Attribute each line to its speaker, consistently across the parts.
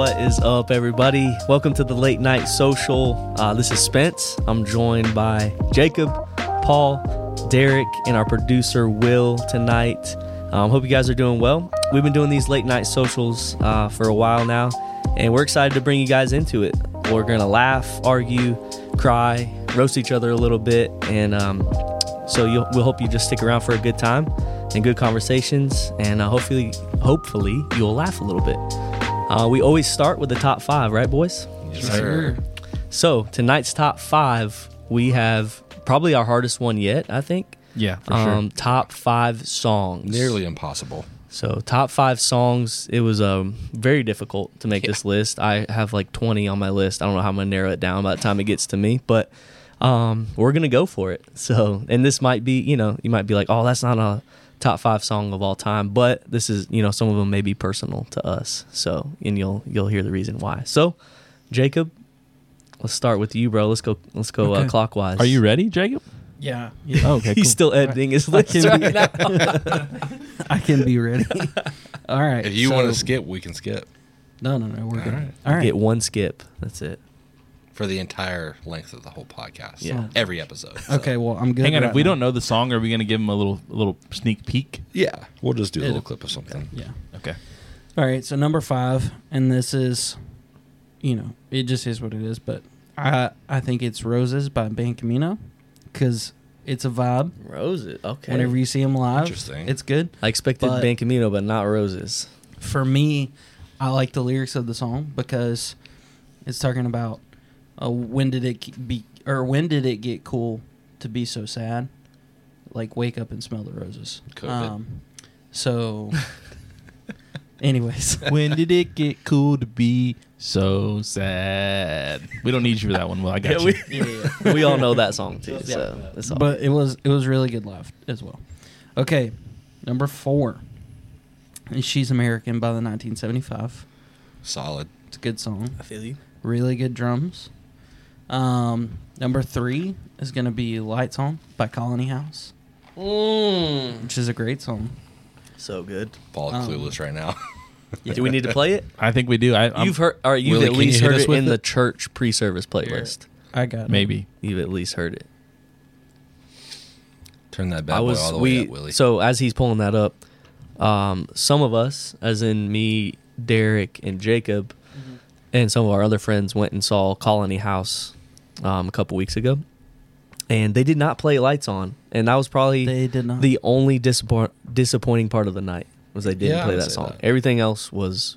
Speaker 1: up, everybody? Welcome to the Late Night Social. Uh, this is Spence. I'm joined by Jacob, Paul, Derek, and our producer, Will, tonight. Um, hope you guys are doing well. We've been doing these late night socials uh, for a while now, and we're excited to bring you guys into it. We're going to laugh, argue, cry, roast each other a little bit, and um, so you'll, we'll hope you just stick around for a good time and good conversations, and uh, hopefully, hopefully, you'll laugh a little bit. Uh, we always start with the top five, right, boys?
Speaker 2: Sir.
Speaker 1: So tonight's top five, we have probably our hardest one yet. I think.
Speaker 3: Yeah, for
Speaker 1: Um, top five songs.
Speaker 2: Nearly impossible.
Speaker 1: So top five songs. It was um very difficult to make this list. I have like twenty on my list. I don't know how I'm gonna narrow it down by the time it gets to me, but um we're gonna go for it. So and this might be you know you might be like oh that's not a top five song of all time, but this is you know some of them may be personal to us. So and you'll you'll hear the reason why. So Jacob, let's start with you, bro. Let's go let's go uh,
Speaker 3: Okay.
Speaker 1: clockwise.
Speaker 3: Are you ready, Jacob?
Speaker 4: Yeah,
Speaker 3: Oh, okay, cool.
Speaker 1: He's still editing his list
Speaker 3: can
Speaker 1: right now.
Speaker 4: I can be ready. All right.
Speaker 2: If you want to
Speaker 4: so-
Speaker 2: skip, we can skip
Speaker 4: no, no, no, we're good. All
Speaker 2: right.
Speaker 4: right. All
Speaker 1: Get one skip. That's it.
Speaker 2: for the entire length of the whole podcast.
Speaker 1: Yeah.
Speaker 2: Every episode. so-
Speaker 4: Okay, well, I'm good.
Speaker 3: Hang on,
Speaker 4: right
Speaker 3: if we
Speaker 4: now.
Speaker 3: don't know the song, are we going to give him a little a little sneak peek?
Speaker 2: Yeah. We'll just do a
Speaker 4: It'll-
Speaker 2: little clip of something.
Speaker 4: Yeah.
Speaker 3: Okay.
Speaker 4: All right. So number five, and this is, you know, it just is what it is. But I I think it's Roses by Ben Camino, because it's a vibe.
Speaker 1: Roses. Okay.
Speaker 4: Whenever you see him live,
Speaker 2: Interesting.
Speaker 4: It's good.
Speaker 1: I expected
Speaker 4: But-
Speaker 1: Ben Camino, but not roses.
Speaker 4: for me, I like the lyrics of the song because it's talking about uh, when did it ke- be or when did it get cool to be so sad? Like wake up and smell the roses. Um,
Speaker 2: COVID.
Speaker 4: so, anyways,
Speaker 3: when did it get cool to be so sad? We don't need you for that one. Well, I got you.
Speaker 1: we all know that song too. So it's all.
Speaker 4: but it was it was really good live as well. Okay, number four. And she's American by the 1975.
Speaker 2: Solid.
Speaker 4: It's a good song.
Speaker 1: I feel you.
Speaker 4: really good drums. Um, number three is going to be Lights On by Colony House,
Speaker 1: Mm.
Speaker 4: which is a great song.
Speaker 1: So good.
Speaker 2: Paul
Speaker 4: Um,
Speaker 2: clueless right now.
Speaker 1: Do we need to play it?
Speaker 3: I think we do. I, I'm-
Speaker 1: you've heard, or you've
Speaker 2: Willie,
Speaker 1: at
Speaker 2: can
Speaker 1: least
Speaker 2: you hit
Speaker 1: heard
Speaker 2: us
Speaker 1: it
Speaker 2: with
Speaker 1: in
Speaker 2: it?
Speaker 1: the church pre-service playlist.
Speaker 4: I got it.
Speaker 3: maybe.
Speaker 1: You've at least heard it.
Speaker 2: Turn that
Speaker 1: I
Speaker 2: bad boy
Speaker 1: was
Speaker 2: all the
Speaker 1: we
Speaker 2: way up, Willie.
Speaker 1: so as he's pulling that up, um, some of us, as in me, Derek, and Jacob,
Speaker 4: Mm-hmm.
Speaker 1: and some of our other friends went and saw Colony House um, a couple weeks ago, and they did not play Lights On, and that was probably
Speaker 4: They did not.
Speaker 1: the only disappoint- disappointing part of the night was they didn't
Speaker 2: Yeah, I
Speaker 1: play
Speaker 2: would
Speaker 1: that
Speaker 2: say
Speaker 1: song.
Speaker 2: that.
Speaker 1: Everything else was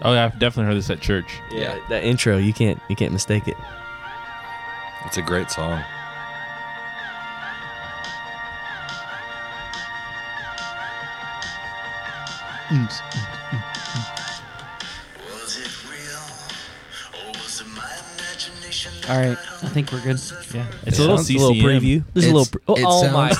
Speaker 3: Oh, yeah, I've definitely heard this at church.
Speaker 2: Yeah.
Speaker 1: that intro. You can't you can't mistake it.
Speaker 2: It's a great song.
Speaker 5: Was it real, or was it my imagination that
Speaker 4: All right.
Speaker 5: got
Speaker 4: I think we're good. Yeah.
Speaker 3: It's a little
Speaker 2: Sounds
Speaker 1: It's a little
Speaker 3: CCM.
Speaker 1: preview. This is a little.
Speaker 2: It's-
Speaker 1: Pre- oh
Speaker 2: it
Speaker 1: my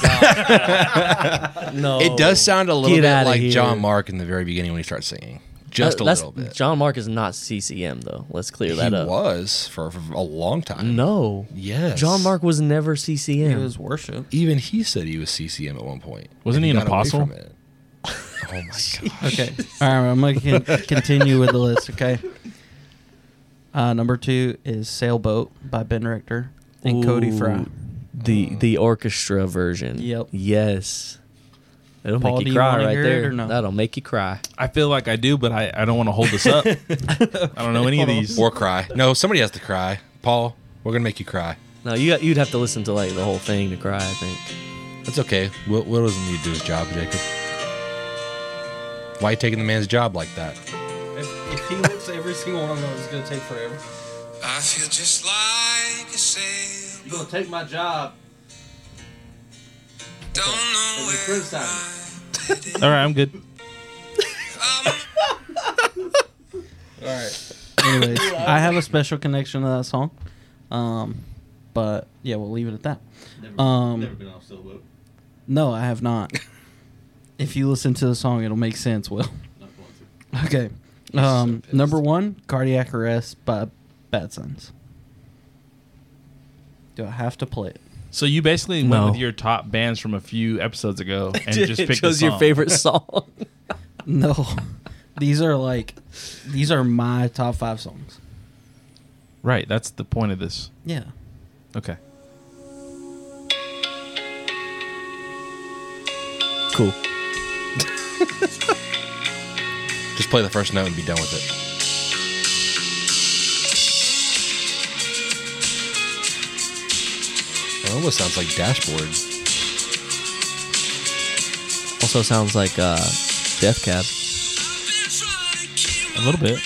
Speaker 1: god! no,
Speaker 2: It does sound a little
Speaker 1: Get
Speaker 2: bit
Speaker 1: outta
Speaker 2: like
Speaker 1: here.
Speaker 2: John Mark in the very beginning when he starts singing. Just
Speaker 1: Uh,
Speaker 2: a
Speaker 1: that's-
Speaker 2: little bit.
Speaker 1: John Mark is not CCM though. Let's clear
Speaker 2: he
Speaker 1: that up.
Speaker 2: was for, for a long time.
Speaker 1: No.
Speaker 2: Yes.
Speaker 1: John Mark was never CCM.
Speaker 4: It was worship.
Speaker 2: Even he said he was CCM at one point. And
Speaker 3: Wasn't he an
Speaker 2: got away
Speaker 3: apostle?
Speaker 2: from it. Oh my god.
Speaker 4: Okay. All right. I'm going to continue with the list. Okay. Uh, number two is Sailboat by Ben Richter and Cody Fry.
Speaker 1: Ooh, The the orchestra version.
Speaker 4: Yep.
Speaker 1: Yes. It'll
Speaker 4: Paul,
Speaker 1: make
Speaker 4: do
Speaker 1: you
Speaker 4: you
Speaker 1: cry
Speaker 4: wanna
Speaker 1: right
Speaker 4: hear it
Speaker 1: there.
Speaker 4: or no?
Speaker 1: That'll make you cry.
Speaker 3: I feel like I do, but I, I don't want to hold this up. I don't know any of these.
Speaker 2: Or cry. No, somebody has to cry. Paul, we're gonna make you cry.
Speaker 1: No, you you'd have to listen to like the whole thing to cry. I think.
Speaker 2: That's okay. Will, Will doesn't need to do his job, Jacob. Why you taking the man's job like that?
Speaker 4: If, if he lives every single one of them, it's going to take forever.
Speaker 5: I feel just like a sail.
Speaker 1: You're gonna take my job.
Speaker 5: Don't know where
Speaker 3: All right, I'm good.
Speaker 4: Anyways, I have a special connection to that song. Um, but yeah, we'll leave it at that. Um, No, I have not. if you listen to the song, it'll make sense, Will. Okay. Um,
Speaker 2: pissed.
Speaker 4: number one, Cardiac Arrest by Bad Sons. Do I have to play it?
Speaker 3: So you basically
Speaker 1: No.
Speaker 3: went with your top bands from a few episodes ago and just
Speaker 1: It
Speaker 3: picked a
Speaker 1: chose your
Speaker 3: song.
Speaker 1: favorite song.
Speaker 4: No. these are like these are my top five songs.
Speaker 3: Right. That's the point of this.
Speaker 4: Yeah.
Speaker 3: Okay.
Speaker 1: Cool.
Speaker 2: Just play the first note and be done with it. It almost sounds like dashboard.
Speaker 1: Also sounds like uh, Death Cab.
Speaker 3: A little bit.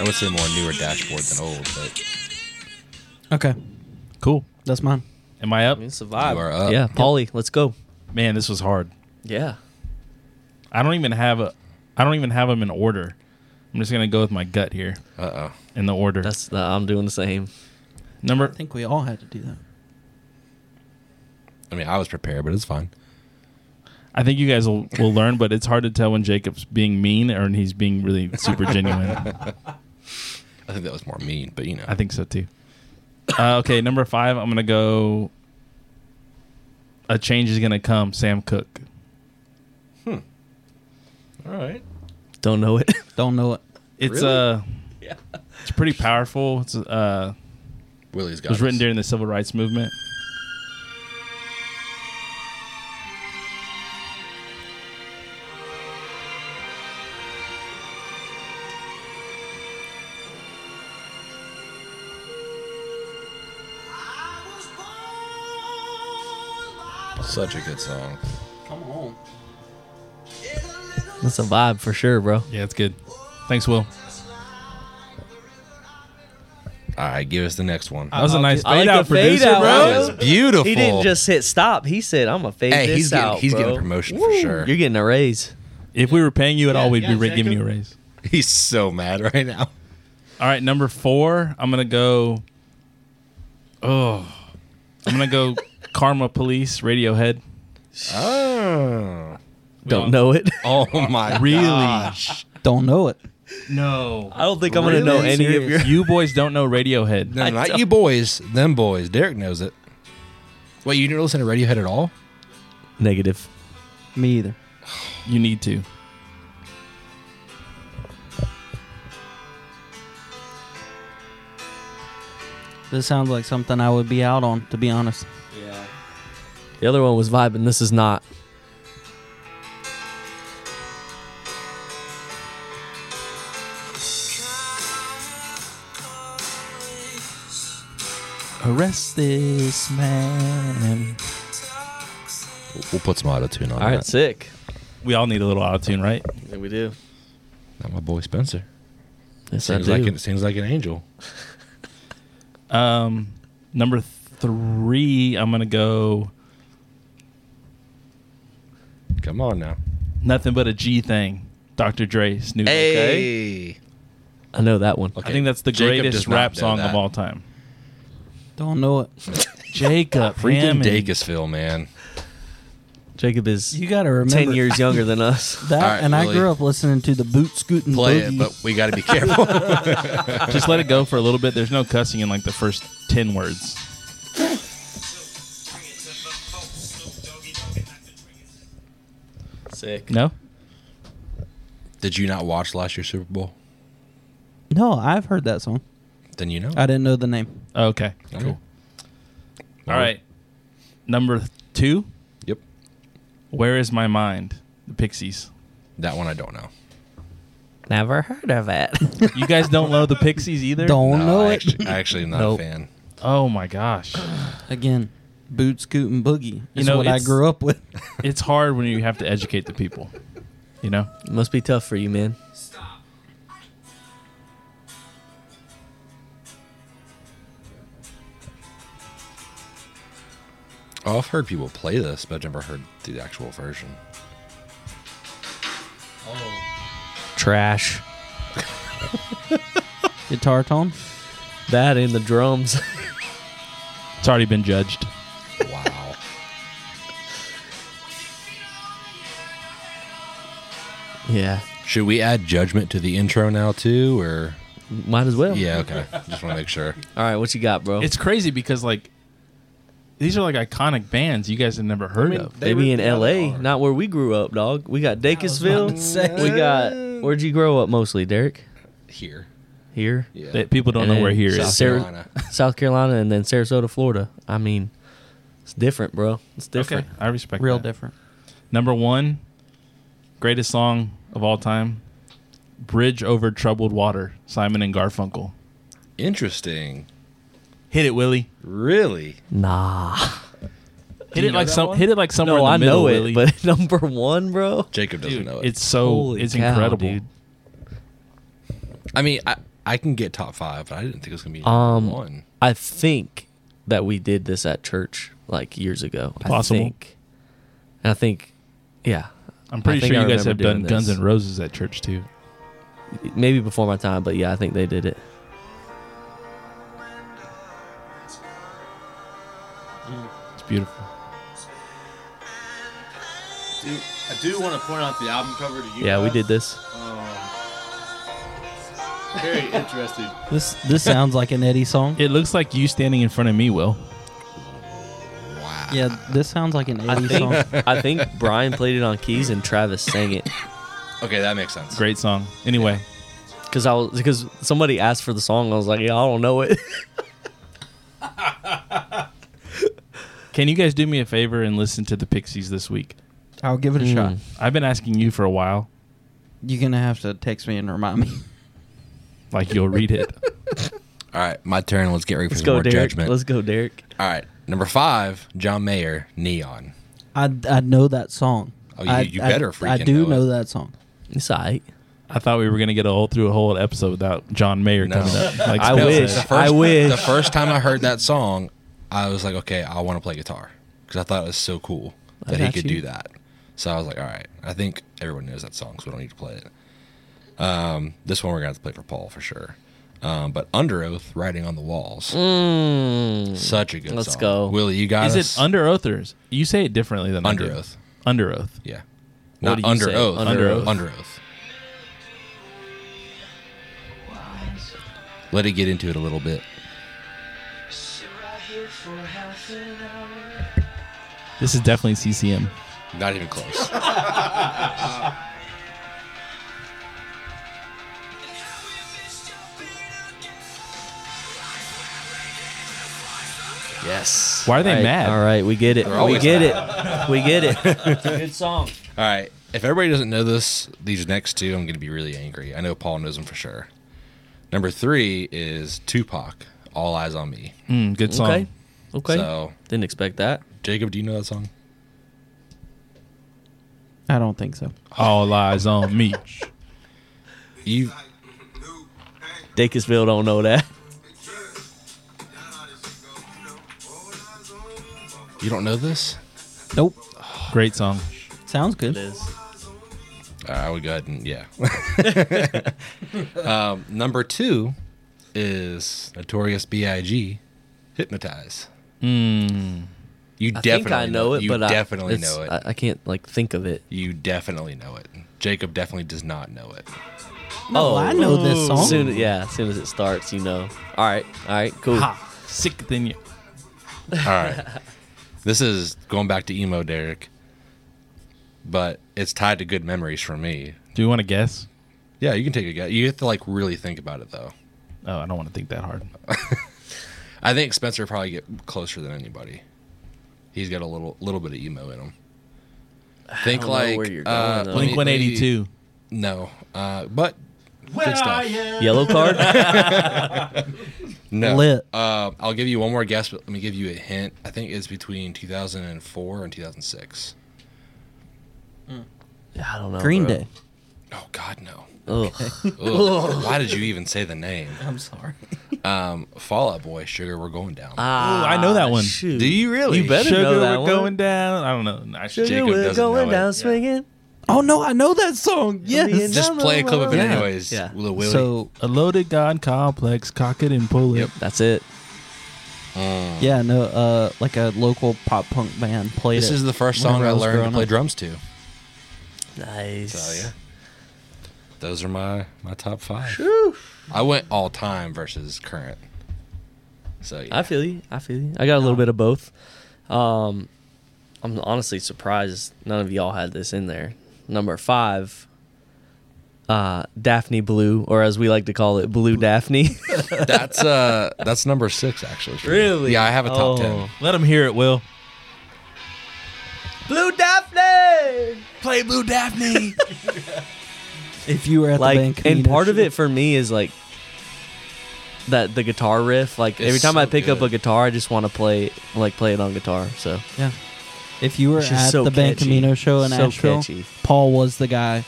Speaker 2: I would say more newer dashboard than old, but
Speaker 4: Okay.
Speaker 3: Cool.
Speaker 4: That's mine.
Speaker 3: Am I up?
Speaker 1: survive.
Speaker 2: You are up.
Speaker 1: Yeah, Paulie, let's go.
Speaker 3: Man, this was hard.
Speaker 1: Yeah.
Speaker 3: I don't even have a. I don't even have them in order. I'm just gonna go with my gut here
Speaker 2: uh oh.
Speaker 3: in the order.
Speaker 1: That's uh, I'm doing the same.
Speaker 3: number.
Speaker 4: I think we all had to do that.
Speaker 2: I mean, I was prepared, but it's fine.
Speaker 3: I think you guys will, will learn, but it's hard to tell when Jacob's being mean or when he's being really super genuine.
Speaker 2: I think that was more mean, but you know.
Speaker 3: I think so too. Uh, okay, number five. I'm gonna go. A change is gonna come. Sam Cook.
Speaker 2: All right.
Speaker 1: Don't know it.
Speaker 4: Don't know it.
Speaker 3: It's
Speaker 2: Really?
Speaker 3: uh, it's pretty powerful. It's uh,
Speaker 2: Willie's got
Speaker 3: it was written
Speaker 2: us.
Speaker 3: during the civil rights movement.
Speaker 2: Such a good song.
Speaker 4: Come on.
Speaker 1: That's a vibe for sure, bro.
Speaker 3: Yeah, it's good. Thanks, Will.
Speaker 2: All right, give us the next one.
Speaker 3: That was a nice
Speaker 1: I
Speaker 3: fade
Speaker 1: like
Speaker 3: out
Speaker 1: the fade
Speaker 3: producer,
Speaker 1: out,
Speaker 3: bro.
Speaker 1: bro.
Speaker 2: That was beautiful.
Speaker 1: He didn't just hit stop. He said, "I'm a fade
Speaker 2: Hey,
Speaker 1: this
Speaker 2: he's getting
Speaker 1: out."
Speaker 2: he's getting a
Speaker 1: bro."
Speaker 2: promotion for sure.
Speaker 1: You're getting a raise.
Speaker 3: If we were paying you at all, we'd
Speaker 4: yeah,
Speaker 3: be ra-
Speaker 4: Jacob.
Speaker 3: giving you a raise.
Speaker 2: He's so mad right now.
Speaker 3: All right, number four. I'm gonna go. Oh, I'm gonna go. Karma Police, Radiohead.
Speaker 2: Oh.
Speaker 1: Don't know it.
Speaker 2: Oh my
Speaker 3: Really?
Speaker 2: gosh.
Speaker 4: Don't know it.
Speaker 3: No.
Speaker 1: I don't think I'm gonna know any of your.
Speaker 3: you boys don't know Radiohead.
Speaker 2: No,
Speaker 1: I
Speaker 2: not
Speaker 1: don't-
Speaker 2: you boys, them boys. Derek knows it. Wait, you didn't listen to Radiohead at all?
Speaker 1: Negative.
Speaker 4: Me either.
Speaker 3: You need to.
Speaker 4: This sounds like something I would be out on, to be honest.
Speaker 1: The other one was vibing. This is not.
Speaker 3: Arrest this man.
Speaker 2: We'll put some auto tune on
Speaker 1: All right, sick.
Speaker 3: We all need a little auto tune, right?
Speaker 1: Yeah, we do.
Speaker 2: Not my boy Spencer.
Speaker 1: Yes, I
Speaker 2: Seems
Speaker 1: do.
Speaker 2: like an, seems like an angel.
Speaker 3: Um, number three. I'm gonna go.
Speaker 2: Come on now.
Speaker 3: Nothing but a G thing. Dr. Dre, Snoop.
Speaker 2: Hey.
Speaker 1: I know that one.
Speaker 3: I think that's the
Speaker 2: Jacob
Speaker 3: greatest
Speaker 2: does not
Speaker 3: rap
Speaker 2: know
Speaker 3: song
Speaker 2: that.
Speaker 3: of all time.
Speaker 4: Don't know it.
Speaker 3: Jacob,
Speaker 2: Freaking
Speaker 3: Hammond.
Speaker 2: Dacusville, man.
Speaker 1: Jacob is
Speaker 4: You gotta remember
Speaker 1: ten years younger than us.
Speaker 4: that,
Speaker 2: All right,
Speaker 4: and I
Speaker 2: Willie.
Speaker 4: grew up listening to the boot scooting
Speaker 2: Play
Speaker 4: boogie.
Speaker 2: it, but we got to be careful.
Speaker 3: Just let it go for a little bit. There's no cussing in like the first ten words.
Speaker 1: Sick.
Speaker 3: No,
Speaker 2: Did you not watch last year's Super Bowl?
Speaker 4: no, I've heard that song.
Speaker 2: Then you know.
Speaker 4: I didn't know the name.
Speaker 3: okay,
Speaker 2: Okay.
Speaker 3: cool. All right, number two.
Speaker 2: Yep.
Speaker 3: Where is my mind? The Pixies.
Speaker 2: That one I don't know.
Speaker 1: Never heard of it.
Speaker 3: You guys don't know the Pixies either.
Speaker 4: Don't
Speaker 2: No,
Speaker 4: know
Speaker 2: I
Speaker 4: it.
Speaker 2: actually, I actually am not
Speaker 1: Nope.
Speaker 2: a fan.
Speaker 3: Oh my gosh,
Speaker 4: Again, boot scooting boogie is
Speaker 3: know,
Speaker 4: what I
Speaker 3: it's-
Speaker 4: grew up with.
Speaker 3: it's hard when you have to educate the people. You know.
Speaker 1: Must be tough for you, man.
Speaker 2: Oh, I've heard people play this, but I've never heard the actual version.
Speaker 1: Trash.
Speaker 4: Guitar tone.
Speaker 1: That and the drums.
Speaker 3: It's already been judged.
Speaker 2: Wow.
Speaker 1: yeah.
Speaker 2: Should we add judgment to the intro now too, or
Speaker 1: Might as well.
Speaker 2: yeah? Okay, just want to make sure.
Speaker 1: All right, what you got, bro?
Speaker 3: It's crazy because like these are like iconic bands you guys have never heard of.
Speaker 1: Maybe in L.A., not where we grew up, dog. We got Dacusville. We got Where'd you grow up mostly, Derek?
Speaker 2: Here.
Speaker 1: Here,
Speaker 2: Yeah.
Speaker 3: That people don't
Speaker 1: And
Speaker 3: know where
Speaker 1: then
Speaker 3: here
Speaker 1: South
Speaker 3: is.
Speaker 2: South
Speaker 1: Sarah-
Speaker 2: Carolina.
Speaker 1: South Carolina, and then Sarasota, Florida. I mean, it's different, bro. It's different.
Speaker 3: I respect
Speaker 4: Real
Speaker 3: that.
Speaker 4: different.
Speaker 3: Number one, greatest song of all time, "Bridge Over Troubled Water," Simon and Garfunkel.
Speaker 2: Interesting.
Speaker 3: Hit it, Willie.
Speaker 2: Really?
Speaker 1: Nah,
Speaker 3: Hit it like some. Hit it like somewhere.
Speaker 1: no,
Speaker 3: in the
Speaker 1: I
Speaker 3: middle,
Speaker 1: know it,
Speaker 3: Willie.
Speaker 1: but number one, bro.
Speaker 2: Jacob doesn't know it.
Speaker 3: it's so.
Speaker 1: Holy
Speaker 3: it's
Speaker 1: cow,
Speaker 3: incredible.
Speaker 1: dude.
Speaker 2: I mean, I, I can get top five, but I didn't think it was gonna be
Speaker 1: Um,
Speaker 2: number one.
Speaker 1: I think that we did this at church like years ago.
Speaker 3: Possible.
Speaker 1: I think. And I think, yeah,
Speaker 3: I'm pretty
Speaker 1: I think
Speaker 3: sure
Speaker 1: I
Speaker 3: you guys have
Speaker 1: remember doing
Speaker 3: done
Speaker 1: this.
Speaker 3: Guns N' Roses at church too.
Speaker 1: maybe before my time, but yeah, I think they did it.
Speaker 3: It's beautiful.
Speaker 6: Dude, I do want to point out the album cover to you.
Speaker 1: Yeah, we
Speaker 6: guys.
Speaker 1: did this.
Speaker 6: Very interesting.
Speaker 4: This this sounds like an Eddie song.
Speaker 3: It looks like you standing in front of me, Will.
Speaker 2: Wow.
Speaker 4: Yeah, this sounds like an
Speaker 1: I
Speaker 4: Eddie
Speaker 1: think
Speaker 4: song.
Speaker 1: I think Brian played it on keys and Travis sang it
Speaker 2: Okay, that makes sense.
Speaker 3: Great song. Anyway,
Speaker 1: because I was because somebody asked for the song. I was like, yeah, I don't know it.
Speaker 3: can you guys do me a favor and listen to the Pixies this week?
Speaker 4: I'll give it a shot.
Speaker 1: Mm.
Speaker 3: I've been asking you for a while.
Speaker 4: You're gonna have to text me and remind me.
Speaker 3: Like you'll read it.
Speaker 2: All right, my turn. Let's get ready for
Speaker 1: Let's
Speaker 2: some
Speaker 1: go,
Speaker 2: more
Speaker 1: Derek.
Speaker 2: judgment.
Speaker 1: Let's go, Derek.
Speaker 2: All right, number five, John Mayer, Neon.
Speaker 4: I, I know that song.
Speaker 2: Oh, you-
Speaker 4: I,
Speaker 2: you
Speaker 4: I-
Speaker 2: better
Speaker 4: I
Speaker 2: freaking
Speaker 4: do
Speaker 2: know
Speaker 4: know,
Speaker 2: it.
Speaker 4: that song.
Speaker 1: It's alright.
Speaker 3: I thought we were gonna get a whole through a whole episode without John Mayer
Speaker 2: No.
Speaker 3: coming up. Like
Speaker 1: I
Speaker 3: Spence
Speaker 1: wish.
Speaker 3: said.
Speaker 1: I wish.
Speaker 2: The first time I heard that song, I was like, okay, I want to play guitar because I thought it was so cool
Speaker 1: I
Speaker 2: that he
Speaker 1: got
Speaker 2: could
Speaker 1: you.
Speaker 2: do that. So I was like, all right, I think everyone knows that song, so we don't need to play it. Um, this one we're gonna have to play for Paul for sure. Um, but Under Oath, Writing on the Walls,
Speaker 1: Mm.
Speaker 2: such a good
Speaker 1: Let's
Speaker 2: song.
Speaker 1: go.
Speaker 2: Willie. You got
Speaker 3: Is
Speaker 2: us?
Speaker 3: it under oath or is- you say it differently than I
Speaker 2: Under
Speaker 3: do.
Speaker 2: Oath.
Speaker 3: Under oath.
Speaker 2: Yeah.
Speaker 1: What
Speaker 2: Not
Speaker 1: do you
Speaker 2: under
Speaker 1: say?
Speaker 2: oath.
Speaker 1: Under
Speaker 2: Under
Speaker 1: oath.
Speaker 2: oath. Under oath. Let it get into it a little bit.
Speaker 3: This is definitely CCM.
Speaker 2: Not even close. yes.
Speaker 3: Why are they
Speaker 1: All right,
Speaker 3: mad?
Speaker 1: All right, we get it.
Speaker 2: They're
Speaker 1: We
Speaker 2: always
Speaker 1: get it. We get it. It's a good song.
Speaker 2: All right. If everybody doesn't know this, these next two, I'm going to be really angry. I know Paul knows them for sure. Number three is Tupac, All Eyes on Me.
Speaker 1: Mm-hmm.
Speaker 3: Mm, good song.
Speaker 1: Okay. Okay.
Speaker 2: So,
Speaker 1: Didn't expect that.
Speaker 2: Jacob, do you know that song?
Speaker 4: I don't think so.
Speaker 3: All eyes on me.
Speaker 2: You
Speaker 1: Dacusville don't know that.
Speaker 2: you don't know this?
Speaker 4: Nope.
Speaker 3: Great song.
Speaker 4: Sounds good.
Speaker 2: Uh, I would go ahead and yeah. um, number two is Notorious B.I.G. Hypnotize.
Speaker 3: Mm.
Speaker 2: You
Speaker 1: Hmm. I
Speaker 2: definitely
Speaker 1: think I know it,
Speaker 2: you
Speaker 1: but
Speaker 2: definitely
Speaker 1: I, it's-
Speaker 2: know it.
Speaker 1: I, I can't like think of it.
Speaker 2: you definitely know it. Jacob definitely does not know it.
Speaker 4: No,
Speaker 1: Oh.
Speaker 4: I know this song.
Speaker 1: Soon, yeah. As soon as it starts, you know. All right. All right. Cool.
Speaker 3: Ha. Sick than you.
Speaker 2: All right, this is going back to emo Derek, but it's tied to good memories for me.
Speaker 3: Do you want to guess?
Speaker 2: Yeah, you can take a guess. You have to like really think about it though.
Speaker 3: Oh, I don't want to think that hard.
Speaker 2: I think Spencer will probably get closer than anybody. He's got a little little bit of emo in him. Think
Speaker 1: don't know
Speaker 2: like
Speaker 1: where you're
Speaker 2: uh,
Speaker 1: going, though.
Speaker 2: let me-
Speaker 3: Blink
Speaker 2: let me-
Speaker 3: 182.
Speaker 2: No, uh, but good stuff.
Speaker 1: Yellow card.
Speaker 2: No,
Speaker 4: Lit.
Speaker 2: Uh, I'll give you one more guess, but let me give you a hint. I think it's between 2004 and 2006.
Speaker 1: I don't know.
Speaker 4: Green
Speaker 1: bro.
Speaker 4: Day.
Speaker 2: Oh God, no!
Speaker 1: Ugh.
Speaker 2: Ugh. Why did you even say the name?
Speaker 4: I'm sorry.
Speaker 2: Um, Fallout Boy, Sugar, we're going down.
Speaker 1: Ah,
Speaker 3: Ooh, I know that one.
Speaker 1: shoot.
Speaker 2: Do you really?
Speaker 1: You better
Speaker 3: Sugar,
Speaker 1: know that
Speaker 3: we're
Speaker 1: one.
Speaker 3: going down. I don't know. I
Speaker 1: Sugar,
Speaker 3: should-
Speaker 2: Jacob
Speaker 1: we're
Speaker 2: doesn't
Speaker 1: going
Speaker 2: know
Speaker 1: down
Speaker 2: it.
Speaker 1: swinging.
Speaker 4: Oh no, I know that song.
Speaker 1: being
Speaker 4: Yes.
Speaker 2: Just play a clip of it
Speaker 1: Yeah.
Speaker 2: anyways.
Speaker 1: Yeah.
Speaker 2: Lil Willie.
Speaker 4: So
Speaker 3: A loaded god complex, cock it and pull it.
Speaker 2: Yep.
Speaker 1: That's it.
Speaker 4: yeah, no, uh, like a local pop punk band played
Speaker 2: this
Speaker 4: it
Speaker 2: is the first
Speaker 4: whenever
Speaker 2: song I
Speaker 4: was
Speaker 2: learned to
Speaker 4: growing
Speaker 2: play
Speaker 4: up.
Speaker 2: drums to.
Speaker 1: Nice.
Speaker 2: So yeah, those are my my top five. I went all time versus current. So yeah.
Speaker 1: I feel you. I feel you. I got a little bit of both. Um, I'm honestly surprised none of y'all had this in there. Number five, uh, Daphne Blue, or as we like to call it, Blue Daphne.
Speaker 2: That's uh that's number six actually. for me.
Speaker 1: Really?
Speaker 2: Yeah, I have a top
Speaker 1: Oh.
Speaker 2: ten.
Speaker 3: Let him hear it, Will.
Speaker 1: Blue Daphne.
Speaker 2: Play Blue Daphne.
Speaker 4: If you were at the
Speaker 1: Like,
Speaker 4: bank,
Speaker 1: and
Speaker 4: Camino,
Speaker 1: part of
Speaker 4: shit.
Speaker 1: it for me is like that the guitar riff. Like
Speaker 2: It's
Speaker 1: every time
Speaker 2: so
Speaker 1: I pick up
Speaker 2: good.
Speaker 1: a guitar, I just want to play like play it on guitar. So
Speaker 4: Yeah. If you were
Speaker 1: It's just
Speaker 4: at
Speaker 1: so
Speaker 4: the Ban
Speaker 1: catchy.
Speaker 4: Camino show in
Speaker 1: So
Speaker 4: Asheville,
Speaker 1: catchy.
Speaker 4: Paul was the guy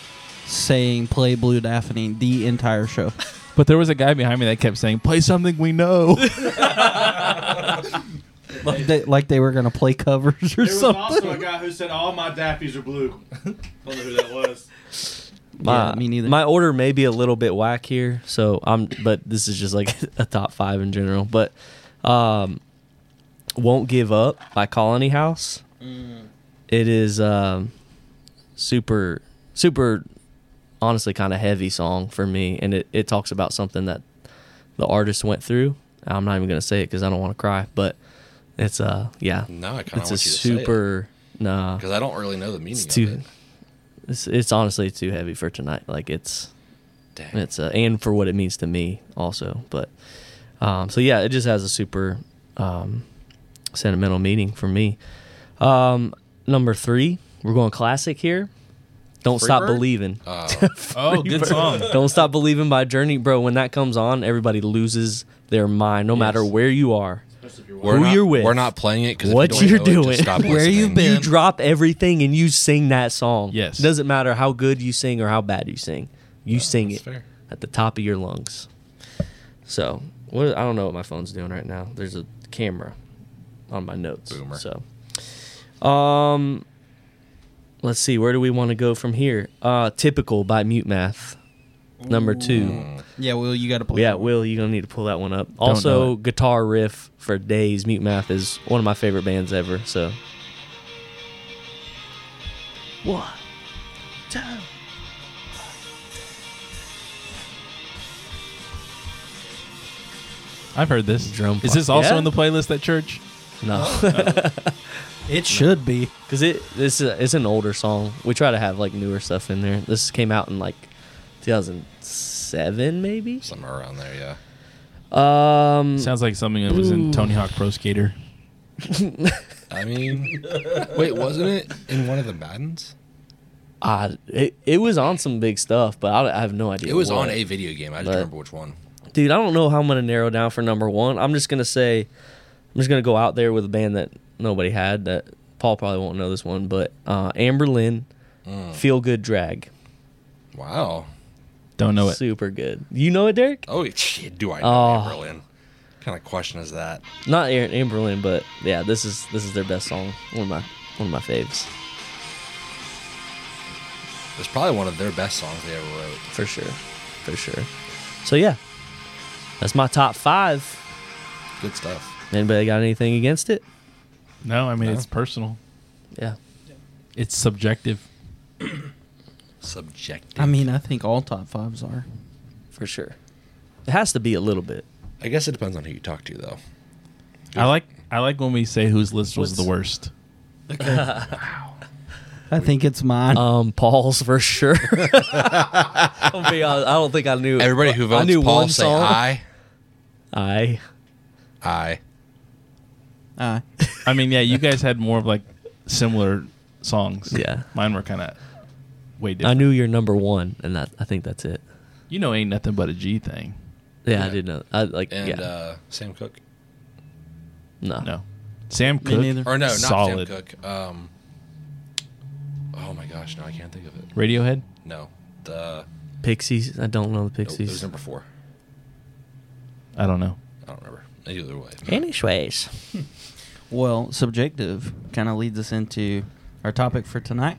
Speaker 4: saying "Play Blue Daphne" the entire show.
Speaker 3: But there was a guy behind me that kept saying, "Play something we know."
Speaker 4: like, they, like they were gonna play covers or
Speaker 6: There was
Speaker 4: something.
Speaker 6: also a guy who said all my dappies are blue. Don't know who that was.
Speaker 1: my
Speaker 4: Yeah, me neither.
Speaker 1: my order may be a little bit whack here. So I'm, but this is just like a top five in general. But um, won't give up by Colony House.
Speaker 2: Mm.
Speaker 1: It is um, super super honestly kind of heavy song for me, and it it talks about something that the artist went through. I'm not even gonna say it because I don't want to cry, but it's uh yeah,
Speaker 2: no, I kind
Speaker 1: it's
Speaker 2: of want
Speaker 1: a
Speaker 2: you to
Speaker 1: super nah.
Speaker 2: because I don't really know the meaning
Speaker 1: It's
Speaker 2: of
Speaker 1: too.
Speaker 2: it.
Speaker 1: It's, it's honestly too heavy for tonight. Like it's
Speaker 2: Dang.
Speaker 1: it's uh, and for what it means to me also but um so yeah it just has a super um sentimental meaning for me um number three we're going classic here don't
Speaker 2: Free
Speaker 1: stop
Speaker 2: Bird?
Speaker 1: believing
Speaker 2: Uh,
Speaker 3: oh, good song.
Speaker 1: don't stop believing by journey bro when that comes on everybody loses their mind no matter where you are
Speaker 6: Especially if you're
Speaker 2: we're
Speaker 1: Who
Speaker 2: not,
Speaker 1: you're with,
Speaker 2: We're not playing it because
Speaker 1: what
Speaker 2: you
Speaker 1: you're
Speaker 2: don't know it,
Speaker 1: doing,
Speaker 2: just stop
Speaker 4: where you've
Speaker 2: listening.
Speaker 4: been.
Speaker 1: you drop everything and you sing that song
Speaker 3: Yes.
Speaker 1: doesn't matter how good you sing or how bad you sing you sing it
Speaker 2: that's fair.
Speaker 1: at the top of your lungs so what i don't know what my phone's doing right now there's a camera on my notes
Speaker 2: Boomer.
Speaker 1: so um let's see where do we want to go from here uh typical by mute math number two
Speaker 2: Mm,
Speaker 4: Yeah, well, you got to play.
Speaker 1: yeah, Will, you're gonna need to pull that one up. Also,
Speaker 3: know
Speaker 1: guitar riff for days. Mute Math is one of my favorite bands ever. So, one, two.
Speaker 3: I've heard this.
Speaker 1: Drum
Speaker 3: Is this
Speaker 1: part.
Speaker 3: also
Speaker 1: Yeah.
Speaker 3: in the playlist at church?
Speaker 1: No,
Speaker 4: It should be.
Speaker 1: because it this is it's an older song. We try to have like newer stuff in there. This came out in like 2007, maybe.
Speaker 2: somewhere around there. Yeah,
Speaker 1: Um,
Speaker 3: Sounds like something that was in Tony Hawk Pro Skater.
Speaker 2: I mean, wait, wasn't it in one of the Maddens?
Speaker 1: I, it, it was on some big stuff, but I, I have no idea.
Speaker 2: It was
Speaker 1: what.
Speaker 2: on a video game. I just
Speaker 1: But-
Speaker 2: don't remember which one.
Speaker 1: dude, I don't know how I'm gonna narrow down for number one. I'm just gonna say, I'm just gonna go out there with a band that nobody had. That Paul probably won't know this one, but uh, Amber Lynn,
Speaker 2: Oh.
Speaker 1: Feel Good Drag,
Speaker 2: Mm. Wow.
Speaker 3: Don't know it.
Speaker 1: super good. You know it, Derek?
Speaker 2: Oh, shit, do I know
Speaker 1: Oh.
Speaker 2: Amber Lynn? What kind of question is that?
Speaker 1: Not Aaron Amber Lynn, but yeah, this is this is their best song. One of my one of my faves
Speaker 2: It's probably one of their best songs they ever wrote.
Speaker 1: for sure, for sure. So yeah, that's my top five.
Speaker 2: Good stuff.
Speaker 1: Anybody got anything against it?
Speaker 3: No, I mean it's personal.
Speaker 1: Yeah.
Speaker 3: It's subjective.
Speaker 2: Subjective.
Speaker 4: I
Speaker 1: uh,
Speaker 4: mean, I think all top fives are.
Speaker 1: For sure, it has to be a little bit.
Speaker 2: I guess it depends on who you talk to, though.
Speaker 3: I like I like when we say whose list was
Speaker 1: What's-
Speaker 3: the worst.
Speaker 4: I think it's mine.
Speaker 1: Um, Paul's for sure. I'll be honest, I don't think I knew
Speaker 2: Everybody who votes
Speaker 1: I knew
Speaker 2: Paul
Speaker 1: one
Speaker 2: say
Speaker 1: song.
Speaker 2: I.
Speaker 1: I
Speaker 2: I.
Speaker 4: Aye.
Speaker 3: I mean, yeah, you guys had more of like similar songs.
Speaker 1: Yeah.
Speaker 3: mine were kind of way
Speaker 1: I
Speaker 3: different.
Speaker 1: knew you're number one, and that I think that's it.
Speaker 3: you know, ain't nothing but a G thing.
Speaker 1: Yeah, I
Speaker 2: Yeah.
Speaker 1: did know. I like
Speaker 2: And
Speaker 1: yeah.
Speaker 2: uh, Sam Cook.
Speaker 1: no.
Speaker 3: No, Sam
Speaker 4: Uh, Me
Speaker 3: Cooke.
Speaker 4: neither.
Speaker 2: Or no, not
Speaker 3: Solid.
Speaker 2: Sam Cook. Um, oh my gosh, no, I can't think of it.
Speaker 3: Radiohead.
Speaker 2: No. The,
Speaker 1: Pixies. I don't know the
Speaker 2: no, it was
Speaker 1: Pixies.
Speaker 2: number four.
Speaker 3: I don't know.
Speaker 2: I don't remember. Either way.
Speaker 1: Anyways,
Speaker 4: Well, subjective kind of leads us into our topic for tonight.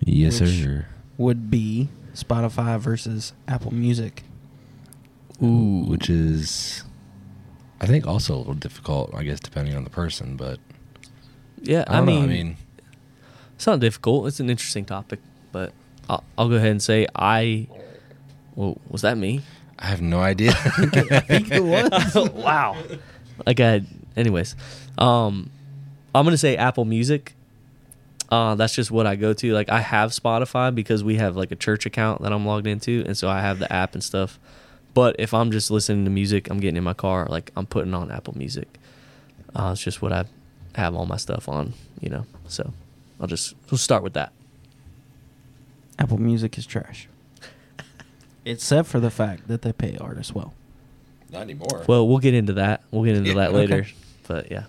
Speaker 4: Yes, Which- sir. Would be Spotify versus Apple Music.
Speaker 2: Ooh. Which is, I think, also a little difficult, I guess, depending on the person, but
Speaker 1: yeah.
Speaker 2: I
Speaker 1: I,
Speaker 2: don't
Speaker 1: mean,
Speaker 2: know. I mean,
Speaker 1: it's not difficult. It's an interesting topic, but I'll, I'll go ahead and say I. Whoa, was that me?
Speaker 2: I have no idea.
Speaker 1: wow. Like I, anyways, um, I'm gonna say Apple Music. Uh, that's just what I go to. Like I have Spotify because we have like a church account that I'm logged into, and so I have the app and stuff. But if I'm just listening to music, I'm getting in my car, like I'm putting on Apple Music. Uh, it's just what I have all my stuff on, you know. So I'll just we'll start with that.
Speaker 4: Apple Music is trash. Except for the fact that they pay artists well.
Speaker 2: Not anymore.
Speaker 1: Well, we'll get into that. We'll get into
Speaker 2: Yeah,
Speaker 1: that later.
Speaker 4: okay.
Speaker 1: But yeah,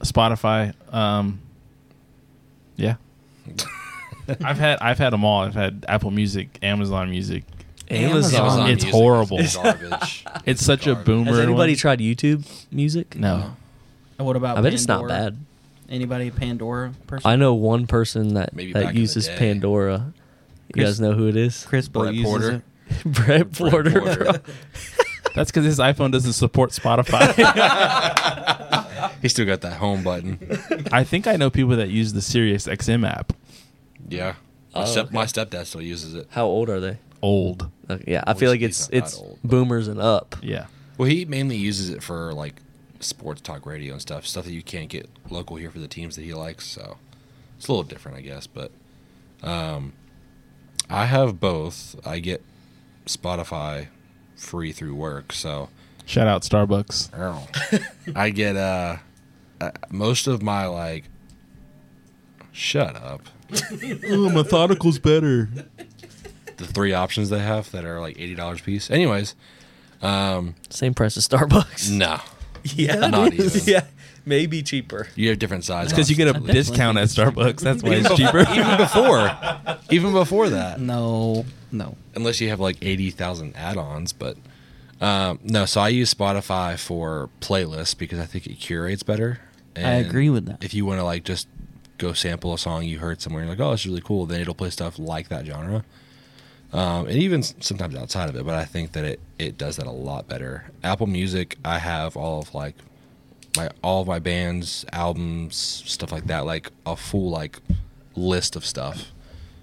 Speaker 3: Spotify. Um, yeah, I've had I've had them all. I've had Apple Music, Amazon Music.
Speaker 4: Amazon.
Speaker 3: Amazon. It's
Speaker 2: Music
Speaker 3: horrible.
Speaker 2: is garbage.
Speaker 3: It's such a
Speaker 2: Garbage.
Speaker 3: boomer.
Speaker 1: has anybody
Speaker 3: one.
Speaker 1: tried YouTube Music?
Speaker 3: No,
Speaker 4: And what about
Speaker 1: I bet it's not
Speaker 4: Pandora?
Speaker 1: bad.
Speaker 4: Anybody a Pandora person?
Speaker 1: I know one person that
Speaker 2: Maybe back
Speaker 1: that
Speaker 2: in the
Speaker 1: uses
Speaker 2: day.
Speaker 1: Pandora. You
Speaker 4: Chris-
Speaker 1: guys know who it is?
Speaker 4: Crispo
Speaker 2: Brett
Speaker 4: uses
Speaker 2: Porter.
Speaker 4: it.
Speaker 1: Brett Porter.
Speaker 2: Porter.
Speaker 1: bro.
Speaker 3: that's because his iPhone doesn't support Spotify.
Speaker 2: He still got that home button.
Speaker 3: I think I know people that use the Sirius XM app.
Speaker 2: Yeah. My,
Speaker 1: Oh,
Speaker 2: step,
Speaker 1: okay.
Speaker 2: my stepdad still uses it.
Speaker 1: How old are they?
Speaker 3: Old.
Speaker 1: Okay, yeah, I
Speaker 2: Well,
Speaker 1: feel like
Speaker 2: he's
Speaker 1: it's
Speaker 2: not that
Speaker 1: it's
Speaker 2: old, but-
Speaker 1: boomers and up.
Speaker 3: Yeah.
Speaker 2: Well, he mainly uses it for like sports talk radio and stuff, stuff that you can't get local here for the teams that he likes. So it's a little different, I guess. But um, I have both. I get Spotify free through work, so
Speaker 3: Shout out Starbucks.
Speaker 2: Ow. I get uh, uh most of my like. Shut up.
Speaker 3: Ooh, methodical's better.
Speaker 2: The three options they have that are like eighty dollars piece. Anyways,
Speaker 1: Same price as Starbucks.
Speaker 2: no,
Speaker 1: Yeah,
Speaker 2: Not even.
Speaker 1: yeah, maybe cheaper.
Speaker 2: you have different sizes.
Speaker 3: Because you get a discount at Starbucks. That's why it's cheaper.
Speaker 2: even before, even before that.
Speaker 4: No, no.
Speaker 2: unless you have like 80,000 add-ons, but um, no, so I use Spotify for playlists because I think it curates better.
Speaker 4: I agree with that.
Speaker 2: If you want to like just go sample a song you heard somewhere, you're like, oh, that's really cool. Then it'll play stuff like that genre, um, and even s- sometimes outside of it. But I think that it it does that a lot better. Apple Music, I have all of like my all of my bands, albums, stuff like that, like a full like list of stuff.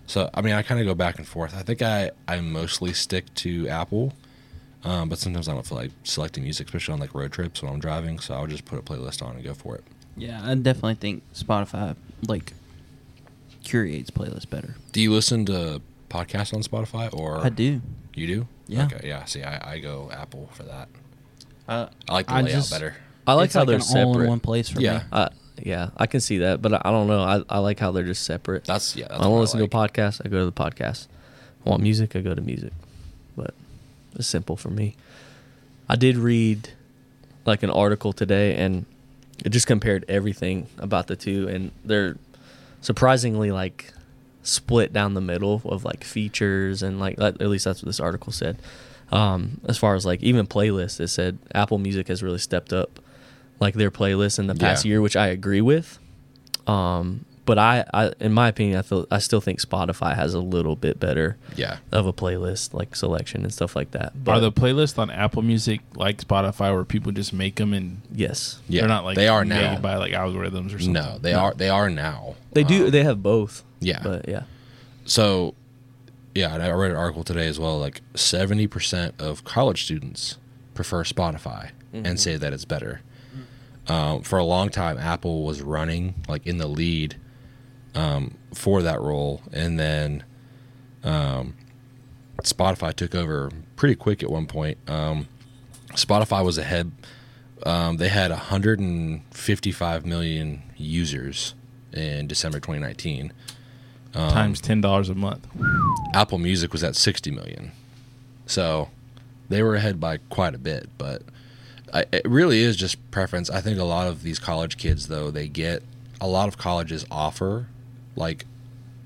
Speaker 2: So I mean, I kind of go back and forth. I think I I mostly stick to Apple, um, but sometimes I don't feel like selecting music, especially on like road trips when I'm driving. So I'll just put a playlist on and go for it.
Speaker 4: Yeah, I definitely think Spotify like curates playlists better.
Speaker 2: Do you listen to podcasts on Spotify or
Speaker 4: I do.
Speaker 2: You do?
Speaker 4: Yeah.
Speaker 2: Okay. Yeah. See, I, I go Apple for that.
Speaker 4: Uh,
Speaker 2: I like the
Speaker 4: I
Speaker 2: layout
Speaker 4: just-
Speaker 2: better.
Speaker 1: I like
Speaker 4: it's
Speaker 1: how
Speaker 4: like
Speaker 1: they're
Speaker 4: an all
Speaker 1: separate.
Speaker 4: in one place for
Speaker 2: Yeah.
Speaker 4: me.
Speaker 1: I- yeah, I can see that, but I, I don't know. I, I like how they're just separate.
Speaker 2: That's yeah. That's
Speaker 1: I want
Speaker 2: what
Speaker 1: to listen
Speaker 2: like.
Speaker 1: to a podcast. I go to the podcast. want music. I go to music. But it's simple for me. I did read like an article today, and it just compared everything about the two, and they're surprisingly like split down the middle of like features and like at at least that's what this article said. Um, as far as like even playlists, it said Apple Music has really stepped up like their playlists in the past
Speaker 2: Yeah.
Speaker 1: year, which I agree with. Um, but I, I, in my opinion, I feel I still think Spotify has a little bit better
Speaker 2: Yeah.
Speaker 1: of a playlist like selection and stuff like that. But
Speaker 3: Are the playlists on Apple Music like Spotify where people just make them and
Speaker 1: yes,
Speaker 2: Yeah.
Speaker 3: they're not like
Speaker 2: they are
Speaker 3: made
Speaker 2: now.
Speaker 3: by like algorithms or something?
Speaker 2: no, they are they are now.
Speaker 1: they do.
Speaker 2: Um,
Speaker 1: they have both.
Speaker 2: yeah.
Speaker 1: but yeah,
Speaker 2: so yeah, and I read an article today as well. Like seventy percent of college students prefer Spotify and say that it's better. Um, for a long time, Apple was running like in the lead um, for that role, and then um, Spotify took over pretty quick at one point. Um, Spotify was ahead. Um, they had 155 million users in December 2019.
Speaker 3: times ten dollars a month.
Speaker 2: Apple Music was at 60 million. So they were ahead by quite a bit, but I, it really is just preference. I think a lot of these college kids, though, they get a lot of colleges offer like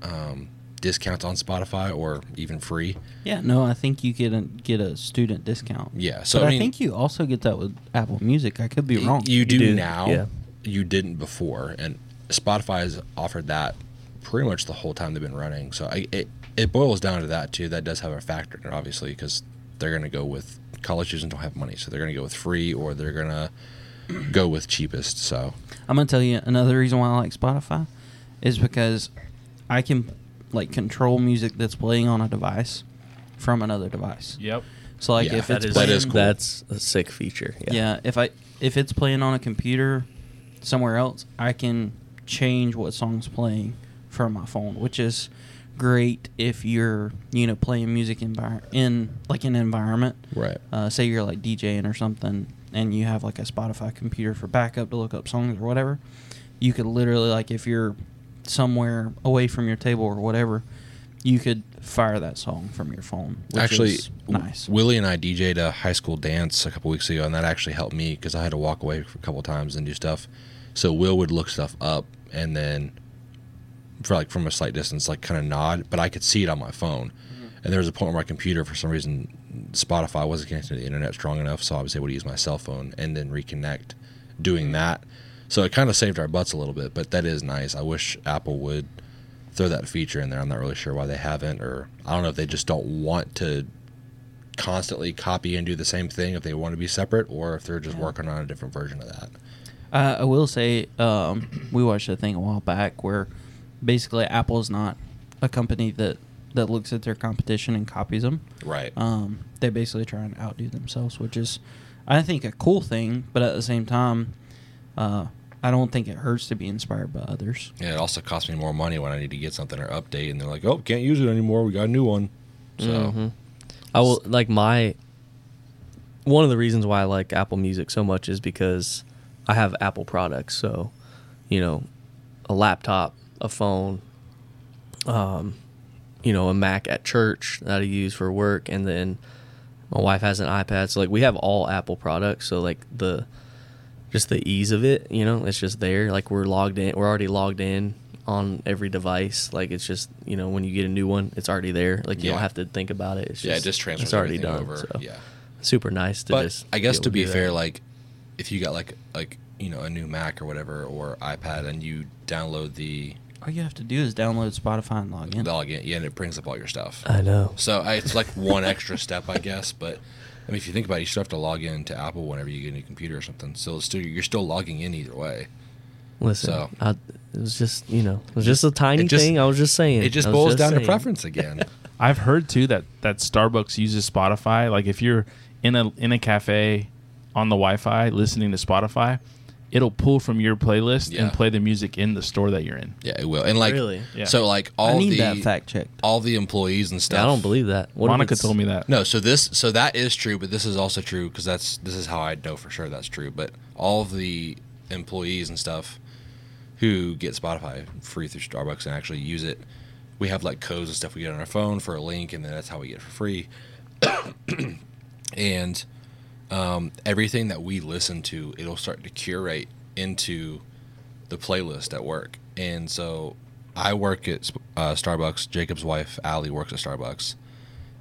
Speaker 2: um, discounts on Spotify or even free.
Speaker 4: Yeah, no, I think you get a get a student discount.
Speaker 2: Yeah, so,
Speaker 4: but
Speaker 2: I
Speaker 4: I,
Speaker 2: mean-
Speaker 4: think you also get that with Apple Music. I could be wrong.
Speaker 2: You do,
Speaker 1: do,
Speaker 2: now.
Speaker 1: yeah.
Speaker 2: You didn't before, and Spotify has offered that pretty much the whole time they've been running. So I, it it boils down to that too. That does have a factor in it, obviously, because they're going to go with college students don't have money, so they're going to go with free or they're going to go with cheapest. So
Speaker 4: I'm gonna tell you another reason why I like Spotify is because I can like control music that's playing on a device from another device.
Speaker 3: Yep.
Speaker 4: So like
Speaker 2: Yeah,
Speaker 4: if
Speaker 2: that
Speaker 4: it's
Speaker 2: is-
Speaker 4: playing,
Speaker 2: that is cool.
Speaker 1: That's a sick feature.
Speaker 4: yeah. if I if it's playing on a computer somewhere else, I can change what song's playing from my phone, which is great if you're you know playing music envir- in like an environment.
Speaker 2: Right.
Speaker 4: Uh, say you're like DJing or something, and you have like a Spotify computer for backup to look up songs or whatever. You could literally like if you're somewhere away from your table or whatever, you could fire that song from your phone. Which
Speaker 2: actually,
Speaker 4: is
Speaker 2: W-
Speaker 4: nice.
Speaker 2: Willie and I DJ'd a high school dance a couple weeks ago, and that actually helped me because I had to walk away for a couple times and do stuff. So Will would look stuff up and then, for like from a slight distance, like kind of nod, but I could see it on my phone.
Speaker 4: Mm-hmm.
Speaker 2: And there was a point where my computer, for some reason, Spotify wasn't connected to the internet strong enough, so I was able to use my cell phone and then reconnect
Speaker 4: Mm-hmm.
Speaker 2: doing that. So it kind of saved our butts a little bit, but that is nice. I wish Apple would throw that feature in there. I'm not really sure why they haven't, or I don't know if they just don't want to constantly copy and do the same thing if they want to be separate or if they're just working on a different version of that.
Speaker 4: Uh, I will say, um, we watched a thing a while back where basically Apple's not a company that, that looks at their competition and copies them.
Speaker 2: Right.
Speaker 4: Um, they basically try and outdo themselves, which is, I think, a cool thing. But at the same time, uh, I don't think it hurts to be inspired by others.
Speaker 2: Yeah, it also costs me more money when I need to get something or update and they're like, "Oh, can't use it anymore. We got a new one." So,
Speaker 1: Mhm. I will like my one of the reasons why I like Apple Music so much is because I have Apple products. So, you know, a laptop, a phone, um, you know, a Mac at church that I use for work, and then my wife has an iPad. So like we have all Apple products. So like the just the ease of it, you know, it's just there. Like we're logged in, we're already logged in on every device. Like it's just, you know, when you get a new one, it's already there. Like you
Speaker 2: Yeah.
Speaker 1: don't have to think about it. It's
Speaker 2: yeah, it
Speaker 1: just,
Speaker 2: just transfers
Speaker 1: it's already
Speaker 2: everything
Speaker 1: done.
Speaker 2: over.
Speaker 1: So
Speaker 2: Yeah.
Speaker 1: super nice to
Speaker 2: but
Speaker 1: just.
Speaker 2: I guess
Speaker 1: able
Speaker 2: to be
Speaker 1: do that.
Speaker 2: fair, like if you got like like you know a new Mac or whatever or iPad and you download the
Speaker 4: All you have to do is download Spotify and log in.
Speaker 2: login, yeah, and it brings up all your stuff.
Speaker 1: I know.
Speaker 2: So I, it's like one extra step, I guess. But I mean, if you think about it, you still have to log in to Apple whenever you get a new computer or something. So it's still you're still logging in either way.
Speaker 1: Listen,
Speaker 2: So-
Speaker 1: I, it was just you know, it was just a tiny
Speaker 2: just-
Speaker 1: thing. I was just saying.
Speaker 2: It just
Speaker 1: I was
Speaker 2: boils down to
Speaker 1: saying.
Speaker 2: preference again.
Speaker 3: I've heard too that that Starbucks uses Spotify. Like if you're in a in a cafe on the Wi-Fi listening to Spotify, it'll pull from your playlist
Speaker 2: Yeah.
Speaker 3: and play the music in the store that you're in.
Speaker 2: yeah, it will. And like,
Speaker 1: Really?
Speaker 3: Yeah.
Speaker 2: so like all
Speaker 4: I need
Speaker 2: the
Speaker 4: that fact checked.
Speaker 2: all the employees and stuff.
Speaker 1: Yeah, I don't believe that. What if
Speaker 3: Monica
Speaker 1: it's-
Speaker 3: told me that.
Speaker 2: No, so this so that is true, but this is also true because that's this is how I know for sure that's true. But all of the employees and stuff who get Spotify free through Starbucks and actually use it, we have like codes and stuff we get on our phone for a link, and then that's how we get it for free. and um, everything that we listen to, it'll start to curate into the playlist at work. And so I work at uh, Starbucks. Jacob's wife, Allie, works at Starbucks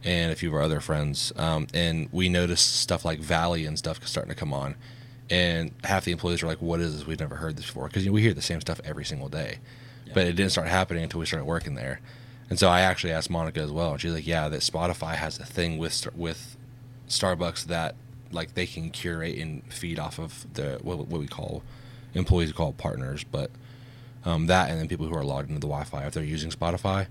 Speaker 2: and a few of our other friends. Um, and we noticed stuff like Valley and stuff starting to come on. And half the employees were like, "What is this? We've never heard this before." Because you know, we hear the same stuff every single day, but it didn't start happening until we started working there. And so I actually asked Monica as well, and she's like, "Yeah, that Spotify has a thing with Star- with Starbucks that like they can curate and feed off of the what, what we call employees call partners, but um, that and then people who are logged into the Wi-Fi if they're using Spotify,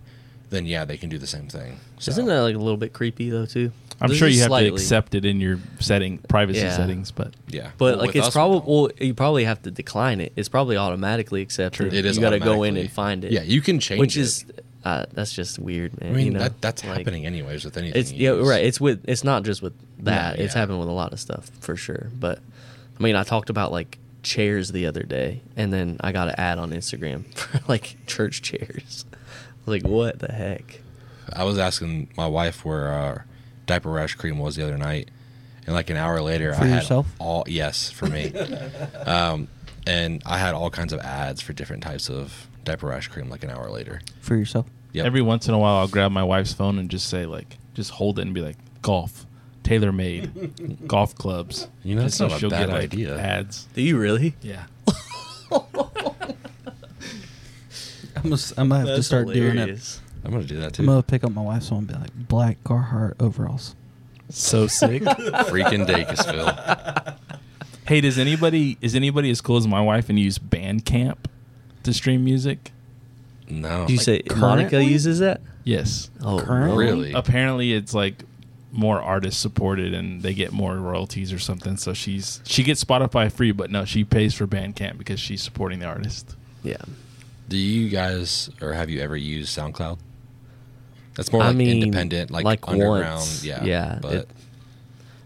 Speaker 2: then yeah, they can do the same thing." So-
Speaker 1: Isn't that like a little bit creepy though too?
Speaker 3: I'm
Speaker 1: This
Speaker 3: sure
Speaker 1: is
Speaker 3: you have
Speaker 1: slightly-
Speaker 3: to accept it in your setting privacy
Speaker 1: Yeah.
Speaker 3: settings, but
Speaker 2: Yeah,
Speaker 1: But
Speaker 2: Well,
Speaker 1: like
Speaker 2: with
Speaker 1: it's
Speaker 2: us, we don't.
Speaker 1: probably well, you probably have to decline it. It's probably automatically accepted.
Speaker 2: It is
Speaker 1: You got to go in
Speaker 2: automatically.
Speaker 1: and find it.
Speaker 2: Yeah, you can change
Speaker 1: which
Speaker 2: it.
Speaker 1: is uh, that's just weird, man.
Speaker 2: I mean
Speaker 1: you know?
Speaker 2: that that's
Speaker 1: Like,
Speaker 2: happening anyways with anything.
Speaker 1: It's yeah,
Speaker 2: you use.
Speaker 1: right. It's with it's not just with that. It's
Speaker 2: yeah.
Speaker 1: happening with a lot of stuff for sure. But I mean, I talked about like chairs the other day, and then I got an ad on Instagram for like church chairs. Like what the heck?
Speaker 2: I was asking my wife where uh, diaper rash cream was the other night, and like an hour later,
Speaker 4: For
Speaker 2: I had
Speaker 4: yourself?
Speaker 2: all yes for me, um, and I had all kinds of ads for different types of diaper rash cream. Like an hour later,
Speaker 4: For yourself.
Speaker 2: Yep.
Speaker 3: every once in a while I'll grab my wife's phone and just say like, just hold it and be like, golf, tailor made, golf clubs.
Speaker 2: You know, that's
Speaker 3: Just so
Speaker 2: not a
Speaker 3: she'll
Speaker 2: bad
Speaker 3: get, like,
Speaker 2: idea.
Speaker 3: Ads.
Speaker 1: Do you really?
Speaker 3: Yeah.
Speaker 4: I'm gonna, s- I'm gonna have to start doing it.
Speaker 2: I'm gonna do that
Speaker 4: I'm gonna
Speaker 2: too.
Speaker 4: pick up my wife's phone and be like, "Black Carhartt overalls."
Speaker 3: So sick.
Speaker 2: Freaking Dacusville.
Speaker 3: hey, does anybody is anybody as cool as my wife and use Bandcamp to stream music?
Speaker 2: No,
Speaker 1: Did you
Speaker 2: Like,
Speaker 1: say Monica
Speaker 4: currently?
Speaker 1: uses that?
Speaker 3: Yes.
Speaker 1: Oh,
Speaker 4: Currently?
Speaker 2: really?
Speaker 3: Apparently, it's like more artist supported and they get more royalties or something. So she's she gets Spotify free, but no, she pays for Bandcamp because she's supporting the artist.
Speaker 1: Yeah.
Speaker 2: Do you guys or have you ever used SoundCloud? That's more
Speaker 1: I
Speaker 2: like
Speaker 1: mean,
Speaker 2: independent, like,
Speaker 1: like
Speaker 2: underground.
Speaker 1: once.
Speaker 2: Yeah,
Speaker 1: Yeah,
Speaker 2: But
Speaker 1: it-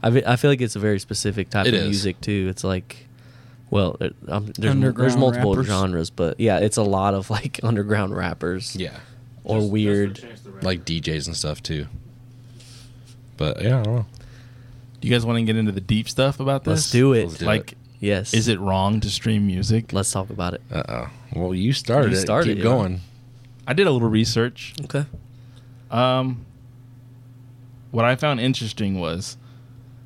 Speaker 1: I, fe- I feel like it's a very specific type
Speaker 2: It
Speaker 1: of
Speaker 2: is.
Speaker 1: music too. It's like, well, it- um, there's, there's
Speaker 4: Underground
Speaker 1: multiple
Speaker 4: rappers.
Speaker 1: genres, but yeah, it's a lot of like underground rappers
Speaker 2: yeah,
Speaker 1: or weird.
Speaker 2: like DJs and stuff too. But yeah, I don't know.
Speaker 3: Do you guys want to get into the deep stuff about this?
Speaker 1: Let's do it.
Speaker 2: Let's do
Speaker 3: like,
Speaker 1: Yes.
Speaker 3: is it wrong to stream music?
Speaker 1: Let's talk about it.
Speaker 2: Uh oh. Well, you started.
Speaker 1: You
Speaker 2: it.
Speaker 1: started
Speaker 2: Keep
Speaker 1: it,
Speaker 2: going.
Speaker 3: I did a little research.
Speaker 1: Okay.
Speaker 3: Um, what I found interesting was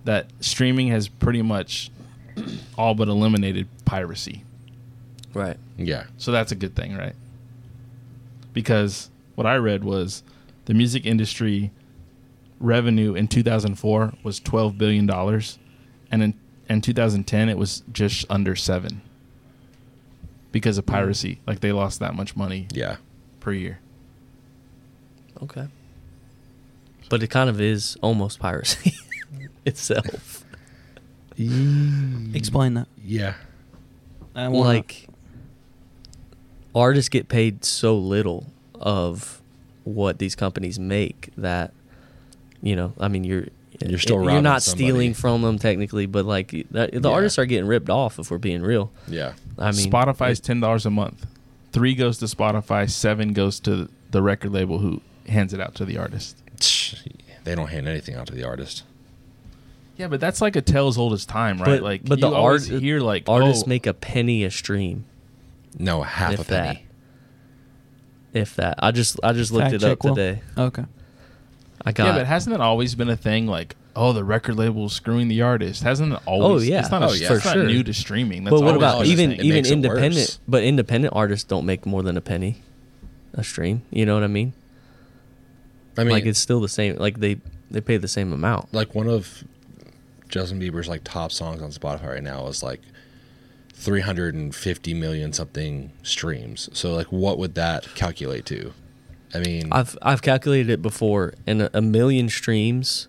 Speaker 3: that streaming has pretty much all but eliminated piracy.
Speaker 1: Right.
Speaker 2: Yeah.
Speaker 3: So that's a good thing, right? Because what I read was the music industry revenue in 2004 was 12 billion dollars and in in 2010 it was just under 7 because of piracy. Like they lost that much money
Speaker 2: Yeah.
Speaker 3: per year.
Speaker 1: Okay. But it kind of is almost piracy itself.
Speaker 4: Explain that.
Speaker 2: Yeah.
Speaker 4: I wanna-
Speaker 1: like artists get paid so little of what these companies make that you know, I mean, you're eh,
Speaker 2: You're still
Speaker 1: you're
Speaker 2: robbing
Speaker 1: not
Speaker 2: somebody.
Speaker 1: stealing from them technically, but like that, the
Speaker 2: Yeah.
Speaker 1: artists are getting ripped off if we're being real.
Speaker 2: Yeah.
Speaker 1: I mean,
Speaker 3: Spotify's ten dollars a month. Three goes to Spotify. Seven goes to the record label who hands it out to the artist.
Speaker 2: They don't hand anything out to the artist.
Speaker 3: Yeah, but that's like a tale as old as time, right?
Speaker 1: but,
Speaker 3: like,
Speaker 1: but
Speaker 3: you
Speaker 1: the
Speaker 3: always
Speaker 1: art,
Speaker 3: hear like
Speaker 1: artists
Speaker 3: oh,
Speaker 1: make a penny a stream,
Speaker 2: No, half
Speaker 1: if
Speaker 2: a penny.
Speaker 1: that. If that, I just I just looked
Speaker 4: fact
Speaker 1: it up
Speaker 4: check, Will.
Speaker 1: today.
Speaker 4: Okay.
Speaker 1: I got.
Speaker 3: Uh, yeah, but hasn't it always been a thing? Like, oh, the record label's screwing the artist. Hasn't it always?
Speaker 1: yeah.
Speaker 3: it's not,
Speaker 2: Oh,
Speaker 3: a,
Speaker 2: yeah.
Speaker 3: it's
Speaker 1: For
Speaker 3: not
Speaker 1: sure.
Speaker 3: new to streaming. That's
Speaker 1: But what
Speaker 3: always
Speaker 1: about
Speaker 3: been a
Speaker 1: even
Speaker 3: thing.
Speaker 2: It
Speaker 1: even
Speaker 2: makes it
Speaker 1: independent?
Speaker 2: worse.
Speaker 1: But independent artists don't make more than a penny a stream. You know what I mean?
Speaker 2: I mean,
Speaker 1: like it's still the same. Like they they pay the same amount.
Speaker 2: like one of Justin Bieber's like top songs on Spotify right now is like 350 million something streams. So like what would that calculate to? I mean,
Speaker 1: I've I've calculated it before, and a, a million streams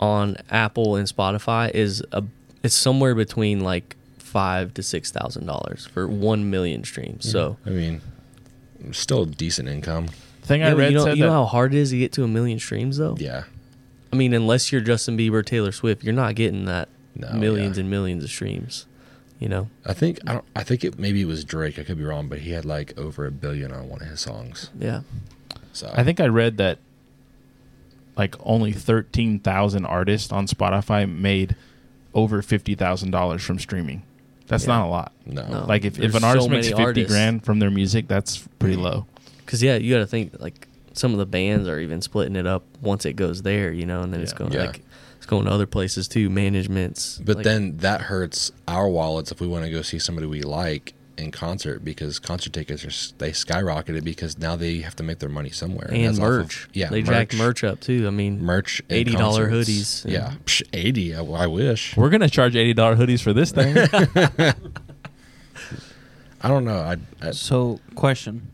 Speaker 1: on Apple and Spotify is a it's somewhere between like five to six thousand dollars for one million streams. So
Speaker 2: I mean still decent income.
Speaker 3: thing I
Speaker 1: Yeah, but
Speaker 3: read
Speaker 1: you know
Speaker 3: said
Speaker 1: you know
Speaker 3: that
Speaker 1: how hard it is to get to a million streams though.
Speaker 2: Yeah.
Speaker 1: I mean, unless you're Justin Bieber, Taylor Swift, you're not getting that
Speaker 2: No,
Speaker 1: millions
Speaker 2: yeah.
Speaker 1: and millions of streams. You know.
Speaker 2: I think I don't I think it maybe it was Drake, I could be wrong, but he had like over a billion on one of his songs.
Speaker 1: Yeah.
Speaker 2: So
Speaker 3: I think I read that like only thirteen thousand artists on Spotify made over fifty thousand dollars from streaming. That's not a lot.
Speaker 2: no.
Speaker 1: No.
Speaker 3: Like if, if
Speaker 1: Um, There's
Speaker 3: an artist
Speaker 1: so
Speaker 3: makes
Speaker 1: many
Speaker 3: fifty
Speaker 1: artists.
Speaker 3: grand from their music, that's pretty low.
Speaker 1: Because yeah, you got to think like some of the bands are even splitting it up once it goes there, you know, and then it's
Speaker 3: Yeah.
Speaker 1: going
Speaker 2: Yeah.
Speaker 1: like it's going to other places too, managements.
Speaker 2: But
Speaker 1: like-
Speaker 2: then that hurts our wallets if we want to go see somebody we like in concert because concert tickets are s- they skyrocketed because now they have to make their money somewhere
Speaker 1: and
Speaker 2: that's off of-
Speaker 1: merch,
Speaker 2: yeah,
Speaker 1: they jacked merch up too. I mean,
Speaker 2: merch, and
Speaker 1: $80
Speaker 2: concerts.
Speaker 1: hoodies and-
Speaker 2: yeah, Psh, eighty. I, I wish.
Speaker 3: We're gonna charge eighty dollar hoodies for this thing.
Speaker 2: I don't know. I,
Speaker 1: Uh,
Speaker 2: I
Speaker 4: So, question: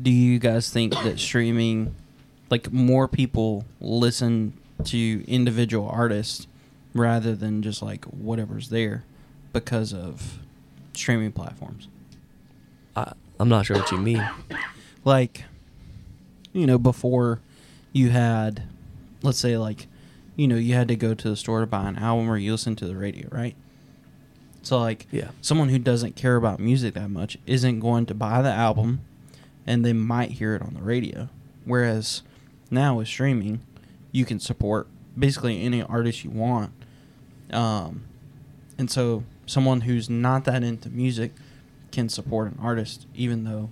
Speaker 4: Do you guys think that streaming, like more people listen to individual artists rather than just like whatever's there, because of streaming platforms?
Speaker 1: I, I'm not sure what you mean.
Speaker 4: like you know before you had let's say like you know you had to go to the store to buy an album or you listen to the radio right so like
Speaker 1: Yeah.
Speaker 4: someone who doesn't care about music that much isn't going to buy the album and they might hear it on the radio whereas now with streaming you can support basically any artist you want um, and so someone who's not that into music can support an artist even though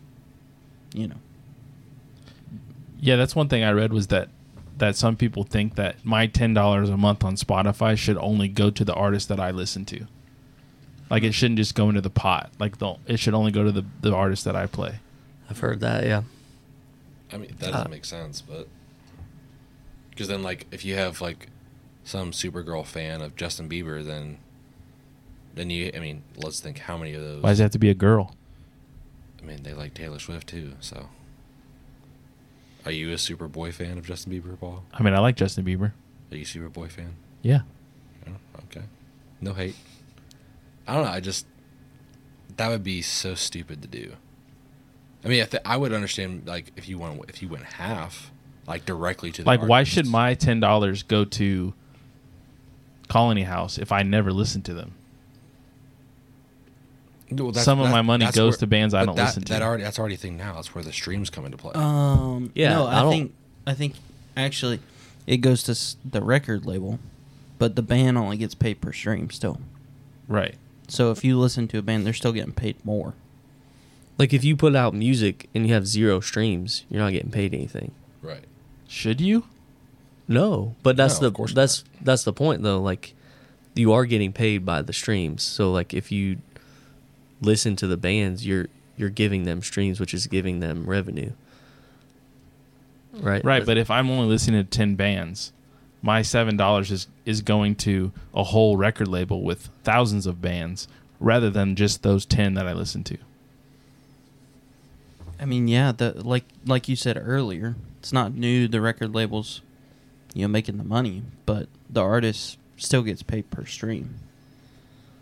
Speaker 4: you know
Speaker 3: yeah, that's one thing I read was that that some people think that my ten dollars a month on Spotify should only go to the artist that I listen to. Like it shouldn't just go into the pot. Like the it should only go to the, the artist that I play.
Speaker 1: I've heard that. Yeah.
Speaker 2: I mean that
Speaker 1: doesn't
Speaker 2: doesn't
Speaker 1: Uh,
Speaker 2: make sense, but because then like if you have like some Supergirl fan of Justin Bieber, then then you I mean let's think how many of those
Speaker 3: Why does it have to be a girl?
Speaker 2: I mean, they like Taylor Swift too, so. Are you a Superboy fan of Justin Bieber, Paul?
Speaker 3: I mean, I like Justin Bieber.
Speaker 2: Are you a Superboy fan?
Speaker 3: Yeah.
Speaker 2: No? Okay. No hate. I don't know. I just. That would be so stupid to do. I mean, if the, I would understand like if you went if you went half, like directly to the
Speaker 3: Like, why
Speaker 2: artist.
Speaker 3: should my ten dollars go to Colony House if I never listen to them?
Speaker 2: Well, that's-
Speaker 3: some of
Speaker 2: that-
Speaker 3: my money
Speaker 2: that's
Speaker 3: goes
Speaker 2: where-
Speaker 3: to bands I
Speaker 2: but
Speaker 3: don't
Speaker 2: that,
Speaker 3: listen to.
Speaker 2: That already that's already a thing now. That's where the streams come into play.
Speaker 4: Um,
Speaker 1: Yeah,
Speaker 4: no,
Speaker 1: I
Speaker 4: I,
Speaker 1: don't-
Speaker 4: think I think actually it goes to s- the record label, but the band only gets paid per stream still.
Speaker 3: Right.
Speaker 4: So if you listen to a band, they're still getting paid more.
Speaker 1: Like if you put out music and you have zero streams, you're not getting paid anything.
Speaker 2: right.
Speaker 3: Should you?
Speaker 1: No, but that's
Speaker 2: No, of
Speaker 1: the
Speaker 2: course
Speaker 1: that's that's the point though. Like you are getting paid by the streams. So like if you listen to the bands, you're you're giving them streams, which is giving them revenue. Right.
Speaker 3: Right, but if I'm only listening to ten bands, my seven dollars is is going to a whole record label with thousands of bands rather than just those ten that I listen to.
Speaker 4: I mean, yeah, the like like you said earlier, it's not new. The record labels, you know, making the money, but the artist still gets paid per stream.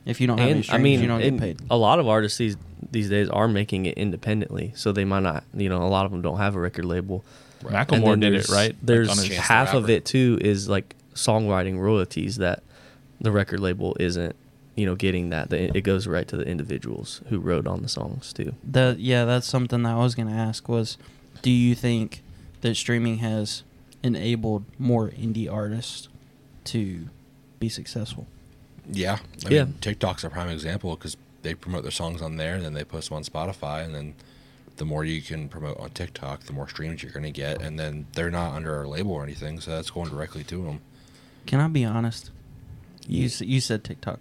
Speaker 4: If you don't have any
Speaker 1: and I
Speaker 4: streams,
Speaker 1: mean,
Speaker 4: you don't
Speaker 1: and
Speaker 4: get paid.
Speaker 1: a lot of artists these these days are making it independently, so they might not. You know, a lot of them don't have a record label. And
Speaker 3: Macklemore
Speaker 1: then
Speaker 3: did
Speaker 1: there's-
Speaker 3: it, right? Like,
Speaker 1: There's
Speaker 3: on his-
Speaker 2: Chance the
Speaker 1: half of
Speaker 2: Rapper.
Speaker 1: it too is like songwriting royalties that the record label isn't, you know, getting that. The- It goes right to the individuals who wrote on the songs too.
Speaker 4: That yeah, that's something that I was gonna ask was, do you think that streaming has enabled more indie artists to be successful?
Speaker 2: Yeah. I
Speaker 1: Yeah.
Speaker 2: Mean, TikTok's a prime example because they promote their songs on there and then they post them on Spotify and then the more you can promote on TikTok, the more streams you're going to get and then they're not under a label or anything, so that's going directly to them.
Speaker 4: Can I be honest? You s- you said TikTok.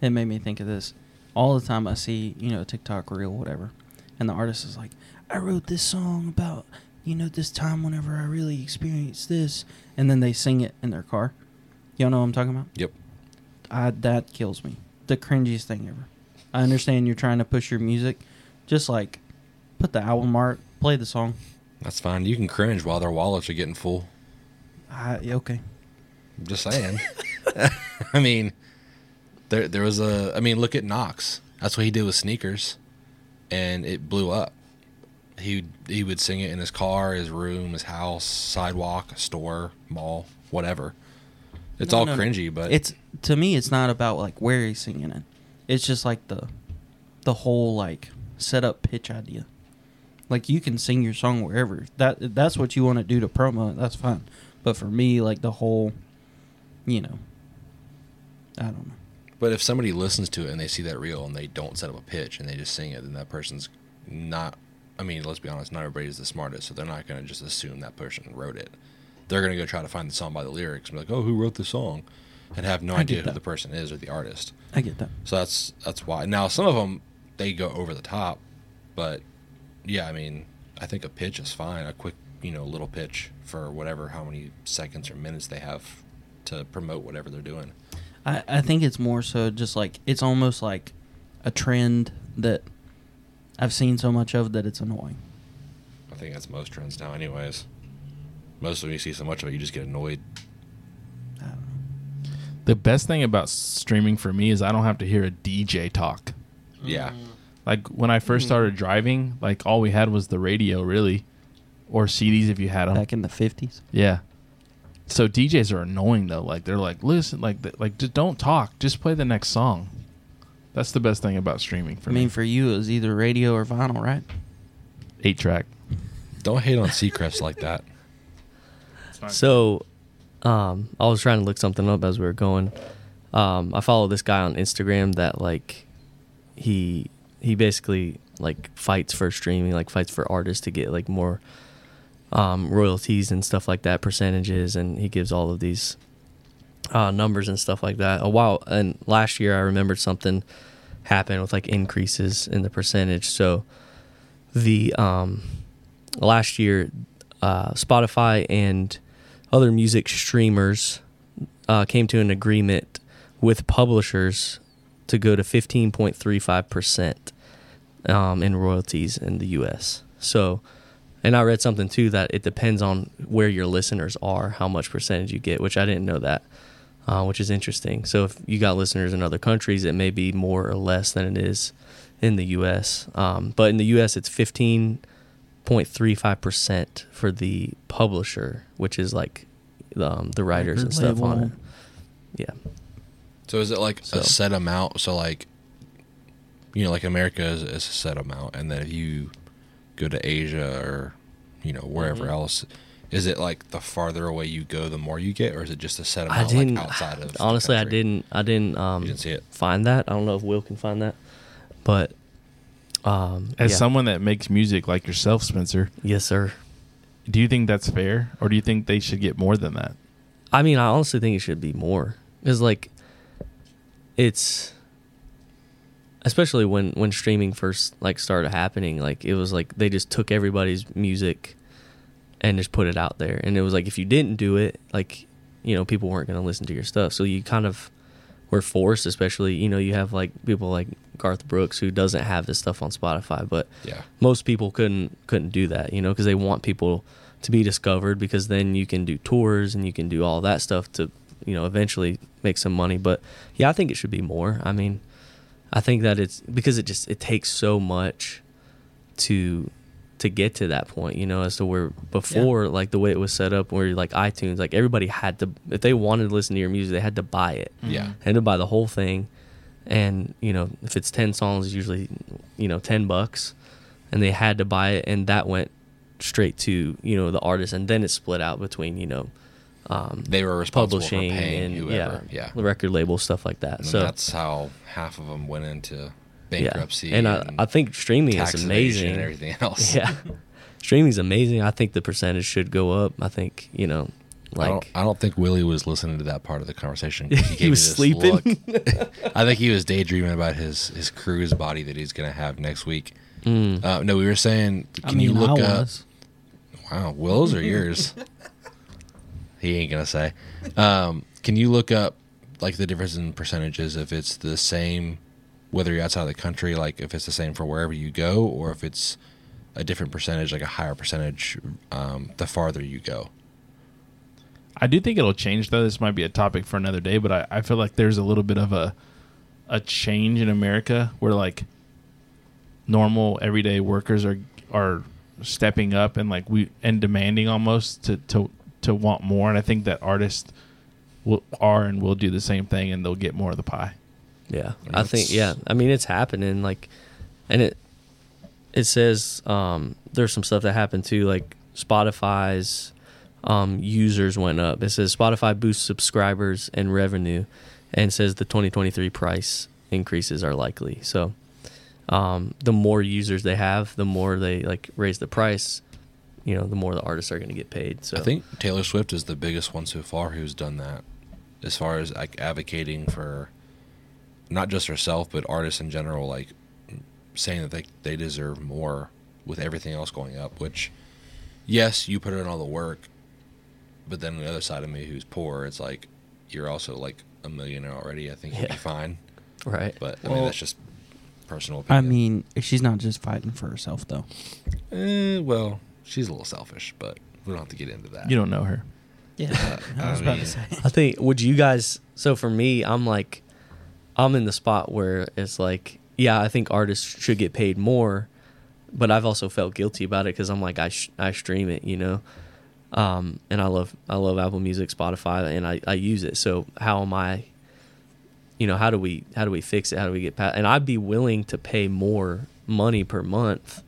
Speaker 4: It made me think of this. All the time I see you know a TikTok reel whatever, and the artist is like, I wrote this song about you know this time whenever I really experienced this, and then they sing it in their car. Y'all know what I'm talking about?
Speaker 2: Yep.
Speaker 4: I, that kills me. The cringiest thing ever. I understand you're trying to push your music. Just like put the album art, play the song.
Speaker 2: That's fine. You can cringe while their wallets are getting full.
Speaker 4: I, okay.
Speaker 2: I'm just saying. I mean, there there was a. I mean, look at Knox. That's what he did with sneakers, and it blew up. He he would sing it in his car, his room, his house, sidewalk, store, mall, whatever. It's
Speaker 4: No,
Speaker 2: all
Speaker 4: no, no.
Speaker 2: cringy, but
Speaker 4: It's to me it's not about like where he's singing it. It's just like the the whole like setup pitch idea. Like you can sing your song wherever. If That if that's what you want to do to promo it, that's fine. But for me, like the whole you know I don't know.
Speaker 2: but if somebody listens to it and they see that reel and they don't set up a pitch and they just sing it, then that person's not. I mean, let's be honest. Not everybody's the smartest, so they're not going to just assume that person wrote it. They're going to go try to find the song by the lyrics and be like, "Oh, who wrote the song?" and have no
Speaker 4: I
Speaker 2: idea
Speaker 4: get
Speaker 2: who
Speaker 4: that.
Speaker 2: the person is or the artist.
Speaker 4: I get that.
Speaker 2: So that's that's why. Now some of them they go over the top, but yeah, I mean, I think a pitch is fine. A quick, you know, little pitch for whatever how many seconds or minutes they have to promote whatever they're doing.
Speaker 4: I, I think it's more so just like it's almost like a trend that I've seen so much of that it's annoying.
Speaker 2: I think that's most trends now, anyways. Most of you see so much of it, you just get annoyed.
Speaker 4: I don't know.
Speaker 3: The best thing about streaming for me is I don't have to hear a DJ talk.
Speaker 2: Yeah,
Speaker 3: Like when I
Speaker 4: Hmm.
Speaker 3: first started driving, like all we had was the radio, really, or CDs if you had them.
Speaker 4: Back in the fifties,
Speaker 3: Yeah. So DJs are annoying though. Like they're like, listen, like th- like just don't talk, just play the next song. That's the best thing about streaming for
Speaker 4: I mean,
Speaker 3: me.
Speaker 4: for you it was either radio or vinyl, right?
Speaker 3: Eight track.
Speaker 2: don't hate on Seacrest like that.
Speaker 1: So, um, I was trying to look something up as we were going. Um, I follow this guy on Instagram that like he he basically like fights for streaming, like fights for artists to get like more um, royalties and stuff like that, percentages, and he gives all of these uh, numbers and stuff like that. A while and last year, I remembered something happened with like increases in the percentage. So the um, last year, uh, Spotify and other music streamers uh, came to an agreement with publishers to go to 15.35% um, in royalties in the US. So, and I read something too that it depends on where your listeners are, how much percentage you get, which I didn't know that, uh, which is interesting. So, if you got listeners in other countries, it may be more or less than it is in the US. Um, but in the US, it's 15.35% 0.35% for the publisher, which is like um, the writers and
Speaker 4: Record
Speaker 1: stuff on it.
Speaker 4: label.
Speaker 1: Yeah.
Speaker 2: So is it like
Speaker 1: So-
Speaker 2: a set amount? So like, you know, like America is, is a set amount, and then if you go to Asia or you know
Speaker 1: Mm-hmm.
Speaker 2: wherever else, is it like the farther away you go, the more you get, or is it just a set amount
Speaker 1: I didn't.
Speaker 2: like outside of? the
Speaker 1: honestly, I
Speaker 2: country?
Speaker 1: didn't. I didn't. Um,
Speaker 2: You didn't see it.
Speaker 1: Find that. I don't know if Will can find that, but um,
Speaker 3: As
Speaker 1: yeah.
Speaker 3: someone that makes music like yourself, Spencer,
Speaker 1: yes, sir.
Speaker 3: do you think that's fair, or do you think they should get more than that?
Speaker 1: I mean, I honestly think it should be more because, like, it's especially when when streaming first like started happening. Like, it was like they just took everybody's music and just put it out there, and it was like if you didn't do it, like you know, people weren't going to listen to your stuff. So you kind of were forced, especially you know, you have like people like Garth Brooks who doesn't have this stuff on Spotify, but
Speaker 2: Yeah.
Speaker 1: most people couldn't couldn't do that, you know, because they want people to be discovered because then you can do tours and you can do all that stuff to, you know, eventually make some money. But yeah, I think it should be more. I mean, I think that it's because it just it takes so much to to get to that point, you know, as to where before like the way it was set up where like iTunes, like everybody had to if they wanted to listen to your music, they had to buy it.
Speaker 2: Yeah.
Speaker 1: They had to buy the whole thing. And, you know, if it's ten songs it's usually, you know, ten bucks. And they had to buy it and that went straight to, you know, the artist and then it split out between, you know, um,
Speaker 2: They were responsible for
Speaker 1: publishing
Speaker 2: paying
Speaker 1: and yeah,
Speaker 2: whoever. Yeah.
Speaker 1: the record label, stuff like that.
Speaker 2: And
Speaker 1: so
Speaker 2: that's how half of them went into bankruptcy.
Speaker 1: Yeah. And I, I think streaming
Speaker 2: tax
Speaker 1: is amazing.
Speaker 2: evasion and everything else.
Speaker 1: Yeah. Streaming's amazing. I think the percentage should go up. I think, you know,
Speaker 2: I don't,
Speaker 1: like
Speaker 2: I don't think Willie was listening to that part of the conversation. 'cause He, gave me
Speaker 1: was
Speaker 2: this
Speaker 1: sleeping.
Speaker 2: look. I think he was daydreaming about his his cruise body that he's gonna have next week.
Speaker 1: Mm.
Speaker 2: Uh, no, we were saying, can
Speaker 4: I mean,
Speaker 2: you look
Speaker 4: I
Speaker 2: up?
Speaker 4: was.
Speaker 2: Wow, Will's or yours? he ain't gonna say. Um, can you look up like the difference in percentages if it's the same, whether you're outside of the country, like if it's the same for wherever you go, or if it's a different percentage, like a higher percentage, um, the farther you go.
Speaker 3: I do think it'll change though. This might be a topic for another day, but I, I feel like there's a little bit of a a change in America where like normal everyday workers are are stepping up and like we and demanding almost to to to want more. And I think that artists will are and will do the same thing and they'll get more of the pie.
Speaker 1: Yeah,
Speaker 2: mean,
Speaker 1: I think
Speaker 2: it's-
Speaker 1: yeah. I mean, it's happening. Like, and it it says um, there's some stuff that happened too. Like Spotify's um, users went up. It says Spotify boosts subscribers and revenue, and says the 2023 price increases are likely. So, um, the more users they have, the more they like raise the price. You know, the more the artists are going to get paid. So
Speaker 2: I think Taylor Swift is the biggest one so far who's done that, as far as like advocating for not just herself but artists in general, like saying that they they deserve more with everything else going up. Which, yes, you put in all the work, but then the other side of me who's poor, it's like you're also like a millionaire already. I think you'd
Speaker 1: Yeah.
Speaker 2: be fine,
Speaker 1: right.
Speaker 2: but I mean
Speaker 4: Well,
Speaker 2: that's just personal
Speaker 4: I
Speaker 2: opinion.
Speaker 4: mean, she's not just fighting for herself though.
Speaker 2: eh, well, she's a little selfish, but we don't have to get into that.
Speaker 3: You don't know her.
Speaker 4: Yeah, I was
Speaker 2: I
Speaker 4: about
Speaker 2: mean-
Speaker 4: to say.
Speaker 1: I think would you guys so for me I'm like I'm in the spot where it's like yeah I think artists should get paid more but I've also felt guilty about it cuz I'm like I sh- I stream it you know um and I love I love Apple Music Spotify and I I use it so how am I you know how do we how do we fix it how do we get past and I'd be willing to pay more money per month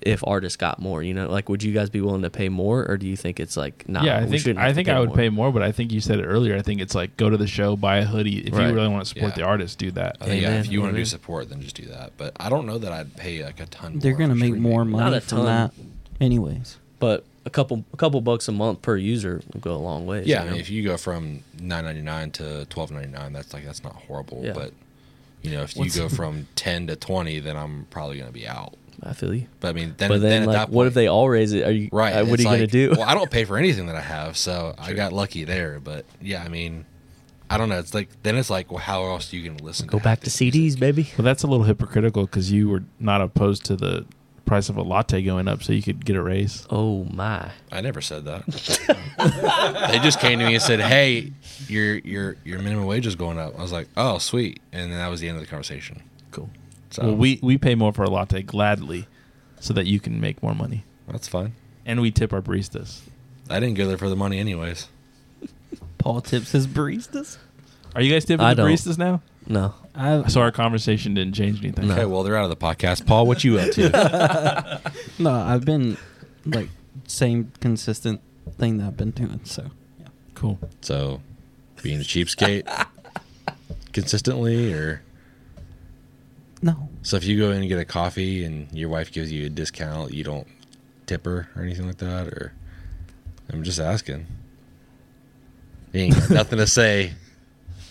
Speaker 1: if artists got more you know like would you guys be willing to pay more or do you think it's like nah,
Speaker 3: yeah, I
Speaker 1: we
Speaker 3: think
Speaker 1: shouldn't have
Speaker 3: I
Speaker 1: to
Speaker 3: think I would
Speaker 1: more?
Speaker 3: pay more, but I think you said it earlier. I think it's like go to the show, buy a hoodie. If
Speaker 1: Right.
Speaker 3: you really want to support
Speaker 2: Yeah.
Speaker 3: the artist, do that.
Speaker 2: I think yeah,
Speaker 1: Amen,
Speaker 2: if you want to do
Speaker 1: amen.
Speaker 2: support, then just do that. But I don't know that I'd pay like a ton.
Speaker 4: They're
Speaker 2: more
Speaker 4: gonna
Speaker 2: for
Speaker 4: make
Speaker 2: streaming.
Speaker 4: more
Speaker 1: Not
Speaker 4: money
Speaker 1: a
Speaker 4: from
Speaker 1: ton.
Speaker 4: that, anyways.
Speaker 1: but a couple a couple bucks a month per user will go a long way.
Speaker 2: Yeah, I mean, if you go from nine ninety nine to twelve ninety nine, that's like that's not horrible.
Speaker 1: Yeah.
Speaker 2: But you know, if you go from ten to twenty, then I'm probably gonna be out.
Speaker 1: I feel you.
Speaker 2: But I mean, then,
Speaker 1: but then,
Speaker 2: then at
Speaker 1: like,
Speaker 2: that point,
Speaker 1: what if they all raise it? Are you
Speaker 2: Right.
Speaker 1: uh, what are
Speaker 2: it's
Speaker 1: you gonna
Speaker 2: like,
Speaker 1: do?
Speaker 2: Well, I don't pay for anything that I have, so I got lucky there. But yeah, I mean, I don't know. It's like then it's like, well, how else are you gonna listen?
Speaker 1: go
Speaker 2: half
Speaker 1: back to
Speaker 2: this
Speaker 1: CDs, baby.
Speaker 3: Well, that's a little hypocritical because you were not opposed to the price of a latte going up, so you could get a raise.
Speaker 1: Oh my!
Speaker 2: I never said that. they just came to me and said, "Hey, your your your minimum wage is going up." I was like, "Oh, sweet," and then that was the end of the conversation.
Speaker 1: Cool.
Speaker 2: So
Speaker 3: Well, we we pay more for a latte gladly, so that you can make more money.
Speaker 2: That's fine.
Speaker 3: and we tip our baristas.
Speaker 2: I didn't go there for the money, anyways.
Speaker 4: Paul tips his baristas.
Speaker 3: Are you guys tipping
Speaker 1: I
Speaker 3: the
Speaker 1: don't.
Speaker 3: baristas now?
Speaker 1: No.
Speaker 4: I
Speaker 3: So our conversation didn't change anything.
Speaker 2: Okay, well they're out of the podcast. Paul, what you up to?
Speaker 4: no, I've been like same consistent thing that I've been doing. So yeah.
Speaker 3: Cool.
Speaker 2: so, being a cheapskate consistently, or
Speaker 4: no,
Speaker 2: so if you go in and get a coffee and your wife gives you a discount, you don't tip her or anything like that, or I'm just asking. You ain't got nothing to say.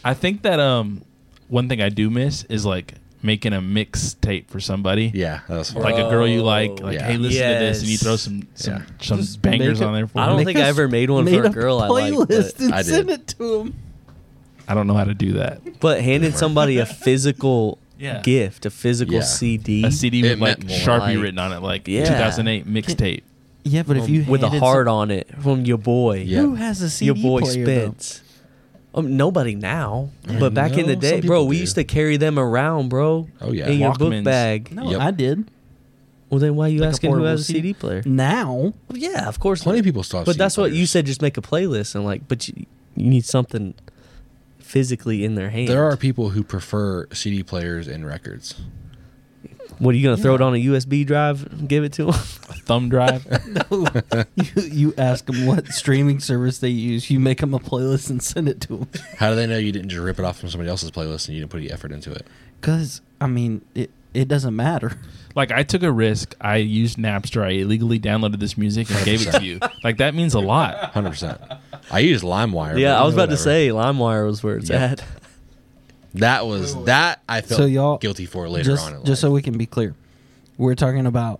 Speaker 3: I think that um one thing I do miss is like making a mixtape for somebody.
Speaker 2: Yeah, that was hard.
Speaker 3: Like a girl you like,
Speaker 1: Oh,
Speaker 3: like
Speaker 2: yeah.
Speaker 3: hey, listen to this, and you
Speaker 1: Yes.
Speaker 3: throw some some,
Speaker 2: Yeah.
Speaker 3: some
Speaker 4: Just
Speaker 3: bangers
Speaker 4: make it-
Speaker 3: on there for
Speaker 1: I don't
Speaker 3: me.
Speaker 1: think I ever made one for a girl I liked,
Speaker 4: playlist
Speaker 1: but
Speaker 4: and
Speaker 2: I did.
Speaker 4: send it to him.
Speaker 3: I don't know how to do that.
Speaker 1: But handing somebody a physical
Speaker 3: Yeah.
Speaker 1: gift, a physical
Speaker 2: Yeah.
Speaker 1: CD,
Speaker 3: A CD
Speaker 2: It
Speaker 3: with like
Speaker 2: meant more
Speaker 3: Sharpie
Speaker 1: like-
Speaker 3: written on it, like
Speaker 1: Yeah.
Speaker 3: 2008 mixtape.
Speaker 4: Yeah, but if you
Speaker 1: with a
Speaker 4: handed
Speaker 1: heart
Speaker 4: some-
Speaker 1: on it from your boy,
Speaker 2: Yeah.
Speaker 4: who has a CD
Speaker 1: your boy
Speaker 4: player, though?
Speaker 1: Spence. Um, nobody now,
Speaker 2: I
Speaker 1: but back in the
Speaker 2: know
Speaker 1: day,
Speaker 2: some
Speaker 1: bro,
Speaker 2: people
Speaker 1: we
Speaker 2: do.
Speaker 1: used to carry them around, bro.
Speaker 2: Oh, yeah.
Speaker 1: in your book
Speaker 3: Walkmans.
Speaker 1: bag.
Speaker 4: No,
Speaker 2: Yep.
Speaker 4: I did.
Speaker 1: Well, then why are you
Speaker 4: Like a
Speaker 1: asking who
Speaker 4: portable
Speaker 1: has a CD
Speaker 4: CD?
Speaker 1: player?
Speaker 4: Now
Speaker 1: Well, yeah, of course.
Speaker 2: Plenty
Speaker 1: not.
Speaker 2: of people still have
Speaker 1: But
Speaker 2: CD
Speaker 1: that's what you
Speaker 2: players.
Speaker 1: said. Just make a playlist and like, but you, you need something physically in their hand.
Speaker 2: There are people who prefer CD players and records.
Speaker 1: What are you gonna throw it on a USB drive? and Give it to them?
Speaker 3: A thumb drive.
Speaker 4: you, you ask them what streaming service they use. You make them a playlist and send it to them.
Speaker 2: How do they know you didn't just rip it off from somebody else's playlist and you didn't put any effort into it?
Speaker 4: Because I mean, it it doesn't matter.
Speaker 3: like I took a risk. I used Napster. I illegally downloaded this music and gave it to you. Like that means a lot.
Speaker 2: Hundred percent. I used LimeWire.
Speaker 1: yeah,
Speaker 2: but
Speaker 1: I was about to
Speaker 2: whatever.
Speaker 1: say LimeWire was where it's
Speaker 2: Yep.
Speaker 1: at.
Speaker 2: that was that I felt
Speaker 4: So y'all
Speaker 2: guilty for later
Speaker 4: just,
Speaker 2: on. In
Speaker 4: Just
Speaker 2: life.
Speaker 4: so we can be clear, we're talking about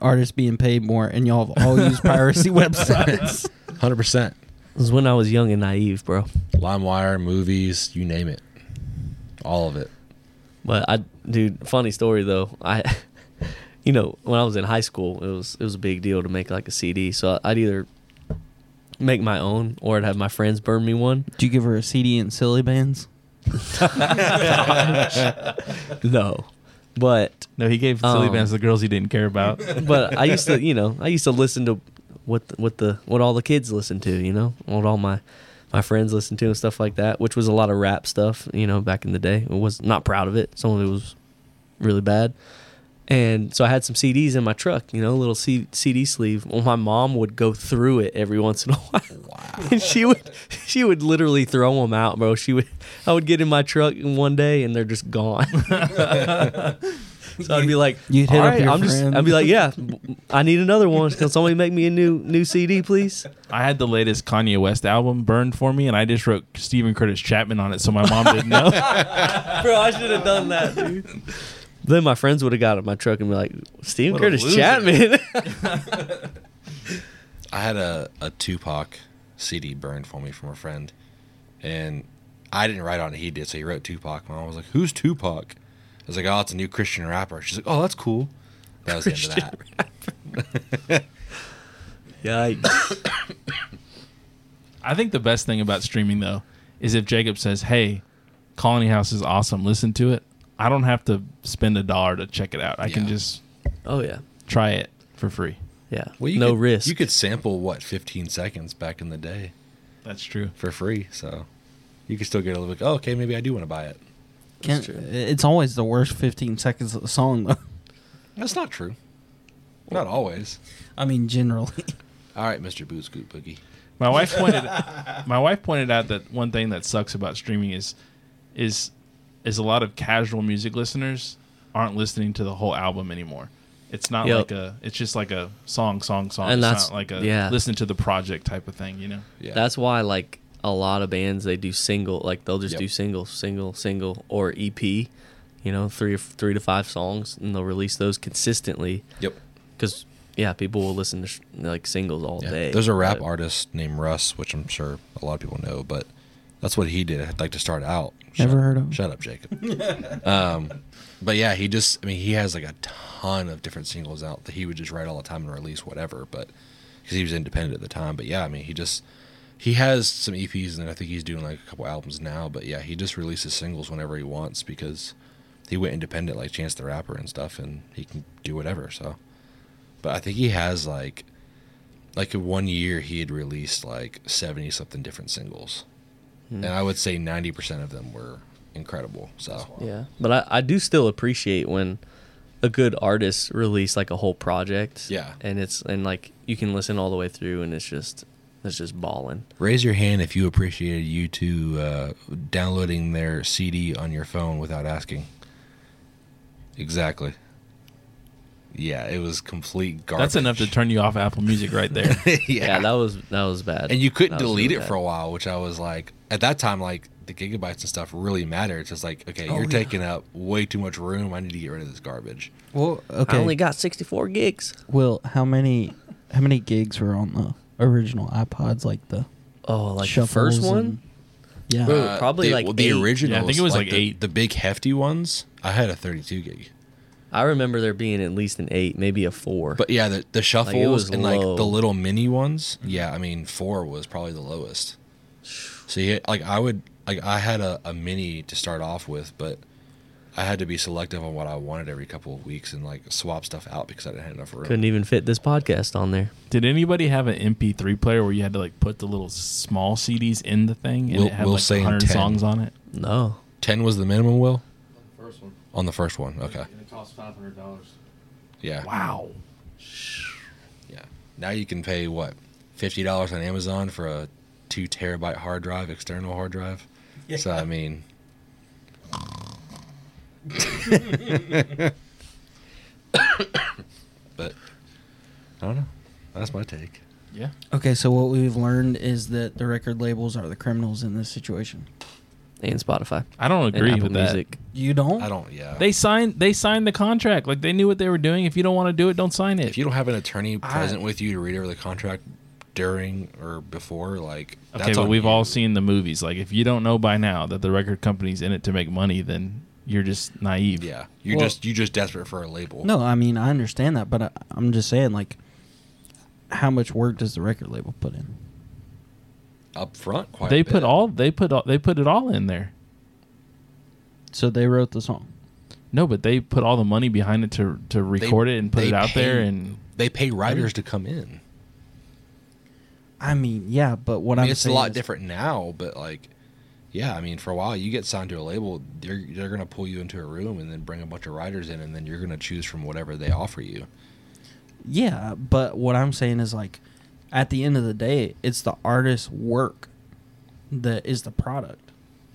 Speaker 4: artists being paid more, and y'all have all used piracy websites.
Speaker 2: hundred percent.
Speaker 1: It was when I was young and naive, bro.
Speaker 2: LimeWire, movies, you name it, all of it.
Speaker 1: But I, dude, funny story though. I, you know, when I was in high school, it was it was a big deal to make like a CD. So I'd either make my own or I'd have my friends burn me one.
Speaker 4: Did you give her a CD and silly bands?
Speaker 1: No, but
Speaker 3: No, he gave silly
Speaker 1: Oh.
Speaker 3: bands to the girls he didn't care about.
Speaker 1: but I used to, you know, I used to listen to what the, what the what all the kids listen to, you know, what all my my friends listen to and stuff like that, which was a lot of rap stuff, you know, back in the day. I was not proud of it. Some of it was really bad. And so I had some CDs in my truck, you know, a little C- CD sleeve. Well, my mom would go through it every once in a while. And she would she would literally throw them out, bro. She would I would get in my truck one day and they're just gone. so I'd be like,
Speaker 4: You'd hit
Speaker 1: "All
Speaker 4: up your
Speaker 1: I'm just,
Speaker 4: friend."
Speaker 1: I'd be like, yeah, I need another one. Can somebody make me a new new CD, please?
Speaker 3: I had the latest Kanye West album burned for me, and I just wrote Stephen Curtis Chapman on it, so my mom didn't know.
Speaker 1: Bro, I should have done that, dude. Then my friends would have got in my truck and be like, Steven
Speaker 3: What a
Speaker 1: Curtis
Speaker 3: loser.
Speaker 1: Chapman.
Speaker 2: I had a, a Tupac CD burned for me from a friend, and I didn't write on it. He did, so he wrote Tupac. My mom was like, "Who's Tupac?" I was like, "Oh, it's a new Christian rapper." She's like, "Oh, that's cool." That was the end of that.
Speaker 1: Yikes.
Speaker 3: I think the best thing about streaming though is if Jacob says, "Hey, Colony House is awesome. Listen to it." I don't have to spend a dollar to check it out. I can
Speaker 2: Yeah.
Speaker 3: just
Speaker 1: Oh yeah,
Speaker 3: try it for free.
Speaker 1: yeah.
Speaker 2: Well, you
Speaker 1: no
Speaker 2: could,
Speaker 1: risk.
Speaker 2: You could sample what 15 seconds back in the day
Speaker 3: That's true.
Speaker 2: for free, so you could still get a little bit. Oh, okay, maybe I do want to buy it.
Speaker 4: Can't,
Speaker 1: true.
Speaker 4: it's always the worst 15 seconds of the song, though.
Speaker 2: That's not true. Not always.
Speaker 4: I mean, generally.
Speaker 2: All right, Mr. Boot Scoot Boogie.
Speaker 3: My wife pointed my wife pointed out that one thing that sucks about streaming is is is a lot of casual music listeners aren't listening to the whole album anymore. It's not
Speaker 1: Yep.
Speaker 3: like a it's just like a song, song, song.
Speaker 1: And
Speaker 3: it's
Speaker 1: that's-
Speaker 3: not like a
Speaker 1: yeah.
Speaker 3: listen to the project type of thing, you know?
Speaker 2: Yeah,
Speaker 1: That's why like a lot of bands they do single, like they'll just
Speaker 2: Yep.
Speaker 1: do single, single, single, or EP. You know, three or three to five songs, and they'll release those consistently.
Speaker 2: yep.
Speaker 1: Because yeah, people will listen to sh- like singles all
Speaker 2: Yeah.
Speaker 1: day.
Speaker 2: There's a rap
Speaker 1: but-
Speaker 2: artist named Russ, which I'm sure a lot of people know, but that's what he did. I'd like to start out. Shut-
Speaker 4: Never heard of him.
Speaker 2: Shut up, Jacob. um, but yeah, he just. I mean, he has like a ton of different singles out that he would just write all the time and release whatever. But because he was independent at the time, but yeah, I mean, he just he has some EPs and I think he's doing like a couple albums now. But yeah, he just releases singles whenever he wants because he went independent like Chance the Rapper and stuff, and he can do whatever. So. but I think he has like like in one year he had released like 70 something different singles. And I would say 90% of them were incredible. So
Speaker 1: Yeah, but I, I do still appreciate when a good artist release like a whole project.
Speaker 2: Yeah.
Speaker 1: and it's and like you can listen all the way through, and it's just it's just balling.
Speaker 2: raise your hand if you appreciated you two uh, downloading their CD on your phone without asking. Exactly. Yeah, it was complete garbage.
Speaker 3: That's enough to turn you off Apple Music right there.
Speaker 2: yeah.
Speaker 1: Yeah, that was that was bad.
Speaker 2: and you couldn't
Speaker 1: That was
Speaker 2: delete
Speaker 1: really
Speaker 2: it for a
Speaker 1: bad.
Speaker 2: while, which I was like, at that time, like the gigabytes and stuff really mattered. It's just like,
Speaker 1: Oh,
Speaker 2: okay, you're taking up way too much room. I need to get rid of this garbage.
Speaker 4: Well, okay.
Speaker 1: I only got sixty four gigs.
Speaker 4: Will, how many how many gigs were on the original iPods? Like the
Speaker 1: Oh, like the
Speaker 4: shuffles
Speaker 1: first
Speaker 4: and-
Speaker 1: one.
Speaker 4: yeah.
Speaker 1: Wait, Uh, probably
Speaker 2: the,
Speaker 1: like
Speaker 2: well, the
Speaker 1: eight.
Speaker 2: original.
Speaker 3: Yeah, I think it was like
Speaker 2: the-
Speaker 3: eight.
Speaker 2: The big hefty ones. I had a 32 gig,
Speaker 1: I remember there being at least an eight, maybe a four.
Speaker 2: but yeah, the, the shuffles
Speaker 1: was
Speaker 2: and like
Speaker 1: low. Mm-hmm.
Speaker 2: the little mini ones. Yeah, I mean, four was probably the lowest. So yeah, like I would like I had a, a mini to start off with, but I had to be selective on what I wanted every couple of weeks and like swap stuff out because I didn't have enough room.
Speaker 1: couldn't even fit this podcast on there.
Speaker 3: Did anybody have an MP3 player where you had to like put the little small CDs in the thing and
Speaker 2: We'll-
Speaker 3: it had
Speaker 2: we'll
Speaker 3: like
Speaker 2: say in
Speaker 3: 100
Speaker 2: 10.
Speaker 3: songs on it?
Speaker 1: No,
Speaker 2: 10 was the minimum will
Speaker 6: First one.
Speaker 2: on the first one okay
Speaker 6: And it costs five hundred dollars.
Speaker 2: yeah
Speaker 3: Wow.
Speaker 2: yeah now you can pay what $50 on amazon for a two terabyte hard drive external hard drive so i mean but i don't know that's my take
Speaker 3: Yeah.
Speaker 4: Okay, so what we've learned is that the record labels are the criminals in this situation.
Speaker 1: and Spotify.
Speaker 3: I don't agree
Speaker 1: and Apple
Speaker 3: with that.
Speaker 1: Music.
Speaker 4: You don't?
Speaker 2: i don't yeah
Speaker 3: They signed they signed the contract. Like they knew what they were doing. If you don't want to do it, don't sign it.
Speaker 2: if you don't have an attorney present with you to read over the contract during or before like
Speaker 3: okay,
Speaker 2: that's
Speaker 3: but
Speaker 2: on
Speaker 3: we've
Speaker 2: you.
Speaker 3: all seen the movies. Like if you don't know by now that the record company's in it to make money, then you're just naive.
Speaker 2: yeah you're
Speaker 4: Well-
Speaker 2: just you're just desperate for a label
Speaker 4: No, I mean I understand that, but I, I'm just saying like, how much work does the record label put in?
Speaker 2: up front quite
Speaker 3: They
Speaker 2: a
Speaker 3: put
Speaker 2: bit.
Speaker 3: all they put all, they put it all in there.
Speaker 4: So they wrote the song.
Speaker 3: No, but they put all the money behind it to to
Speaker 2: They-
Speaker 3: record it and put
Speaker 2: they
Speaker 3: it out there
Speaker 2: pay-
Speaker 3: and
Speaker 2: they pay writers to come in.
Speaker 4: I mean, yeah, but what
Speaker 2: I
Speaker 4: I
Speaker 2: mean,
Speaker 4: am
Speaker 2: it's a
Speaker 4: saying
Speaker 2: lot
Speaker 4: is-
Speaker 2: different now, but like, yeah, I mean, for a while, you get signed to a label, they're they're gonna pull you into a room and then bring a bunch of writers in, and then you're gonna choose from whatever they offer you.
Speaker 4: Yeah, but what I'm saying is like, at the end of the day, it's the artist's work that is the product.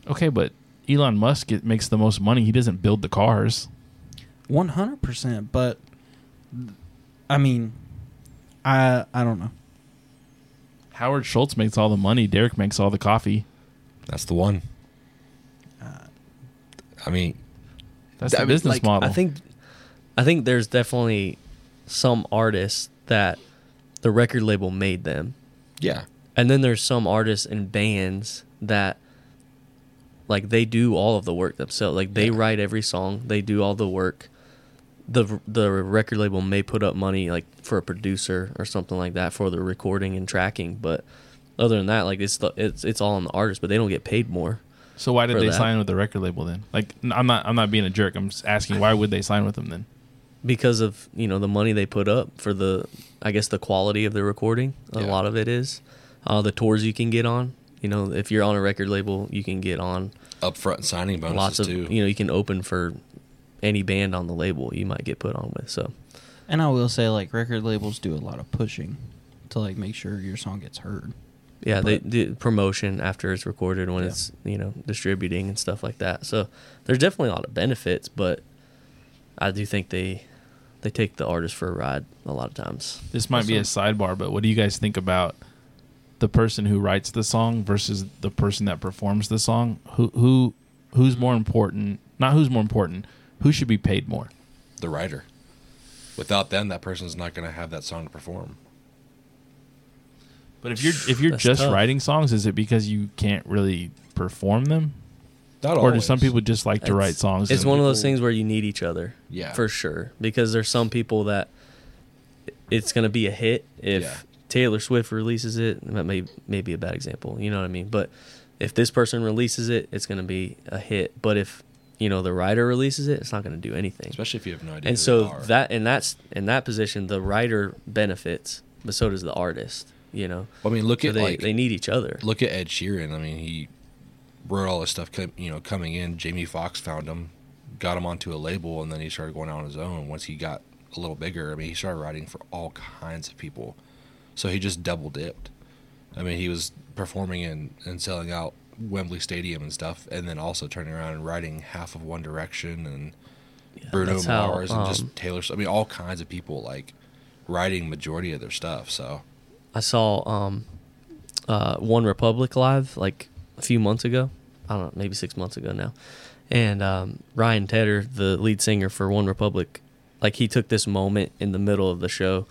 Speaker 3: Okay, but Elon Musk it makes the most money. He doesn't build the cars.
Speaker 4: One hundred percent. But I mean, I I don't know.
Speaker 3: Howard Schultz makes all the money. Derek makes all the coffee.
Speaker 2: That's the one. I mean,
Speaker 3: That's
Speaker 2: I
Speaker 3: the
Speaker 2: mean,
Speaker 3: business
Speaker 2: like,
Speaker 3: model.
Speaker 1: I think I think there's definitely some artists that the record label made them.
Speaker 2: yeah,
Speaker 1: And then there's some artists and bands that like they do all of the work themselves. Like they write every song, they do all the work. The the record label may put up money like for a producer or something like that for the recording and tracking, but other than that, like it's the, it's it's all on the artist, but they don't get paid more.
Speaker 3: so why did
Speaker 1: for
Speaker 3: they
Speaker 1: that.
Speaker 3: sign with the record label then? Like n- I'm not I'm not being a jerk. I'm just asking why would they sign with them then?
Speaker 1: because of you know the money they put up for the I guess the quality of the recording. A
Speaker 2: Yeah.
Speaker 1: lot of it is uh, the tours you can get on. You know, if you're on a record label, you can get on
Speaker 2: upfront signing bonuses
Speaker 1: lots of
Speaker 2: too.
Speaker 1: you know you can open for any band on the label you might get put on with. So
Speaker 4: And I will say like record labels do a lot of pushing to like make sure your song gets heard.
Speaker 1: yeah, they
Speaker 4: But-
Speaker 1: do promotion after it's recorded when it's you know distributing and stuff like that. So there's definitely a lot of benefits, but I do think they they take the artist for a ride a lot of times.
Speaker 3: This might be a sidebar, but what do you guys think about the person who writes the song versus the person that performs the song? Who who who's more important? Not who's more important. Who should be paid more?
Speaker 2: the writer. Without them, that person's not gonna have that song to perform.
Speaker 3: But if you're if you're
Speaker 1: That's
Speaker 3: just
Speaker 1: tough.
Speaker 3: writing songs, is it because you can't really perform them?
Speaker 2: Not
Speaker 3: or do some
Speaker 2: always.
Speaker 3: people just like to write songs?
Speaker 1: It's
Speaker 3: and-
Speaker 1: one of those things where you need each other.
Speaker 2: Yeah.
Speaker 1: For sure. Because there's some people that it's going to be a hit if
Speaker 2: Yeah.
Speaker 1: Taylor Swift releases it. That may, may be a bad example. You know what I mean? But if this person releases it, it's going to be a hit. But if you know the writer releases it, it's not going to do anything.
Speaker 2: especially if you have no idea. who
Speaker 1: And
Speaker 2: they
Speaker 1: so
Speaker 2: are.
Speaker 1: that and that's in that position, the writer benefits, but so does the artist. You know,
Speaker 2: I mean, look
Speaker 1: so
Speaker 2: at
Speaker 1: they
Speaker 2: like
Speaker 1: they need each other.
Speaker 2: look at Ed Sheeran. I mean, he wrote all this stuff, com- you know, coming in. Jamie Foxx found him, got him onto a label, and then he started going out on his own. Once he got a little bigger, I mean, he started writing for all kinds of people. So he just double dipped. I mean, he was performing and, and selling out Wembley Stadium and stuff, and then also turning around and writing half of One Direction and Bruno
Speaker 1: that's how,
Speaker 2: Mars and
Speaker 1: um,
Speaker 2: just Taylor. Swift. I mean, all kinds of people like writing majority of their stuff. So
Speaker 1: I saw um, uh, One Republic live like a few months ago. I don't know, maybe six months ago now. And um, Ryan Tedder, the lead singer for One Republic, like he took this moment in the middle of the show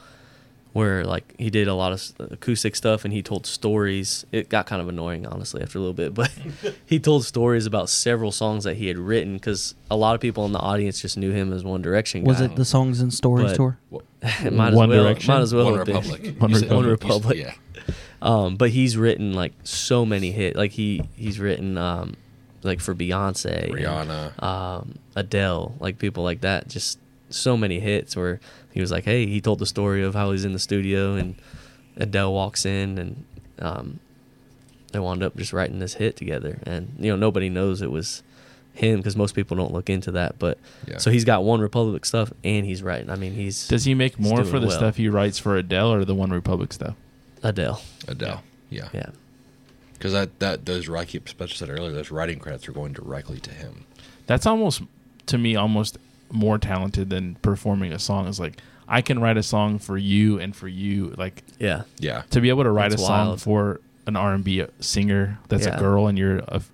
Speaker 1: where like he did a lot of s- acoustic stuff and he told stories. It got kind of annoying, honestly, after a little bit, but he told stories about several songs that he had written because a lot of people in the audience just knew him as One Direction.
Speaker 4: Was
Speaker 1: guy.
Speaker 4: it the songs and stories
Speaker 1: But-
Speaker 4: tour?
Speaker 2: what,
Speaker 1: might as
Speaker 3: One
Speaker 1: well,
Speaker 3: Direction?
Speaker 1: Might as well
Speaker 2: One
Speaker 1: have been.
Speaker 2: Republic.
Speaker 3: One
Speaker 2: You said-
Speaker 1: One
Speaker 2: you said-
Speaker 1: Republic.
Speaker 2: Yeah.
Speaker 1: Um, but he's written like so many hit. Like he he's written um, like for Beyonce, and,
Speaker 2: Rihanna.
Speaker 1: um, Adele, like people like that. Just so many hits where he was like, hey, he told the story of how he's in the studio and Adele walks in and um, they wound up just writing this hit together. And you know nobody knows it was him because most people don't look into that. But
Speaker 2: Yeah.
Speaker 1: so he's got one Republic stuff and he's writing. I mean he's
Speaker 3: Does he make
Speaker 1: He's
Speaker 3: more
Speaker 1: doing
Speaker 3: for the
Speaker 1: well.
Speaker 3: stuff he writes for Adele or the One Republic stuff?
Speaker 1: Adele.
Speaker 2: Adele. Yeah.
Speaker 1: Yeah.
Speaker 2: Because that, that those writing, Special said earlier, those writing credits are going directly to him.
Speaker 3: That's almost to me almost more talented than performing a song. It's like I can write a song for you and for you. Like
Speaker 1: Yeah.
Speaker 2: Yeah.
Speaker 3: to be able to write
Speaker 1: That's
Speaker 3: a song
Speaker 1: wild.
Speaker 3: for an R and B singer that's
Speaker 1: Yeah.
Speaker 3: a girl and you're a f-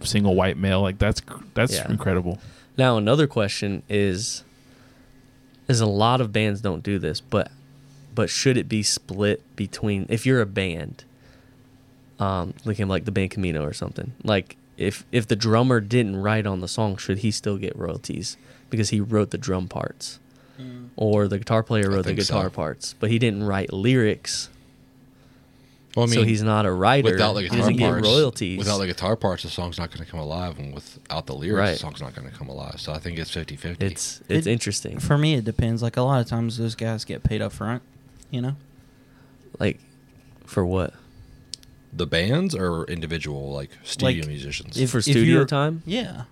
Speaker 3: single white male. Like that's cr- that's
Speaker 1: Yeah.
Speaker 3: incredible.
Speaker 1: Now another question is is a lot of bands don't do this, but but should it be split between if you're a band, um, looking like the band Camino or something, like if if the drummer didn't write on the song, should he still get royalties because he wrote the drum parts, or the guitar player
Speaker 2: I
Speaker 1: wrote the
Speaker 2: think so.
Speaker 1: guitar parts, but he didn't write lyrics,
Speaker 2: Well, I mean,
Speaker 1: so he's not a writer.
Speaker 2: without the
Speaker 1: he
Speaker 2: guitar
Speaker 1: doesn't
Speaker 2: parts,
Speaker 1: get royalties.
Speaker 2: Without the guitar parts, the song's not going to come alive, and without the lyrics,
Speaker 1: Right.
Speaker 2: the song's not going to come alive. So I think it's 50-50.
Speaker 1: it's it's
Speaker 4: It-
Speaker 1: interesting.
Speaker 4: For me, it depends. Like a lot of times, those guys get paid up front. You know,
Speaker 1: Like for what?
Speaker 2: the bands or individual like studio
Speaker 4: Like,
Speaker 2: musicians.
Speaker 1: if- for
Speaker 4: you're-
Speaker 1: studio time?
Speaker 4: Yeah,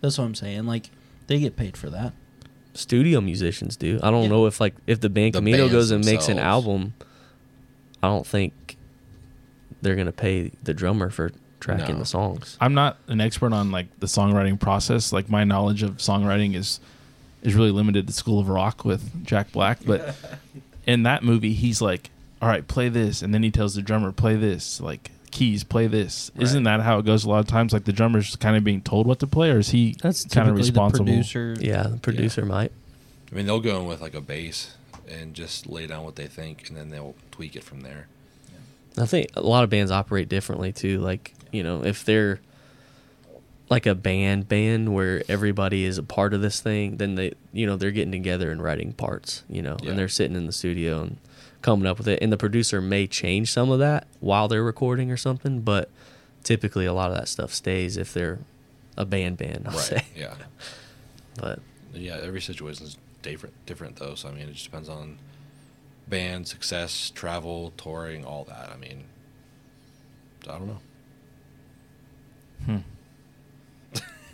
Speaker 4: that's what I'm saying. Like they get paid for that.
Speaker 1: studio musicians do. I don't
Speaker 4: Yeah.
Speaker 1: know if like if the band
Speaker 2: The
Speaker 1: Camino
Speaker 2: bands
Speaker 1: goes and makes an
Speaker 2: themselves.
Speaker 1: album, I don't think they're gonna pay the drummer for tracking
Speaker 2: No.
Speaker 1: the songs.
Speaker 3: I'm not an expert on like the songwriting process. Like my knowledge of songwriting is is really limited to School of Rock with Jack Black, but in that movie he's like, "All right, play this." And then he tells the drummer, "Play this." Like keys, play this. Isn't that how it goes a lot of times like the drummer's kind of being told what to play or is he
Speaker 4: That's
Speaker 3: kind of
Speaker 4: typically the
Speaker 3: responsible?
Speaker 4: producer.
Speaker 1: Yeah, the producer might.
Speaker 2: I mean, they'll go in with like a bass and just lay down what they think, and then they'll tweak it from there.
Speaker 1: I think a lot of bands operate differently too. Like you know, if they're like a band band where everybody is a part of this thing, then they you know they're getting together and writing parts. You know,
Speaker 2: Yeah.
Speaker 1: and they're sitting in the studio and coming up with it. And the producer may change some of that while they're recording or something, but typically a lot of that stuff stays if they're a band band. I'll
Speaker 2: right.
Speaker 1: say,
Speaker 2: Yeah.
Speaker 1: but
Speaker 2: Yeah, every situation is different, different though. So I mean, it just depends on band success, travel, touring, all that. I mean, I don't know.
Speaker 3: Hmm.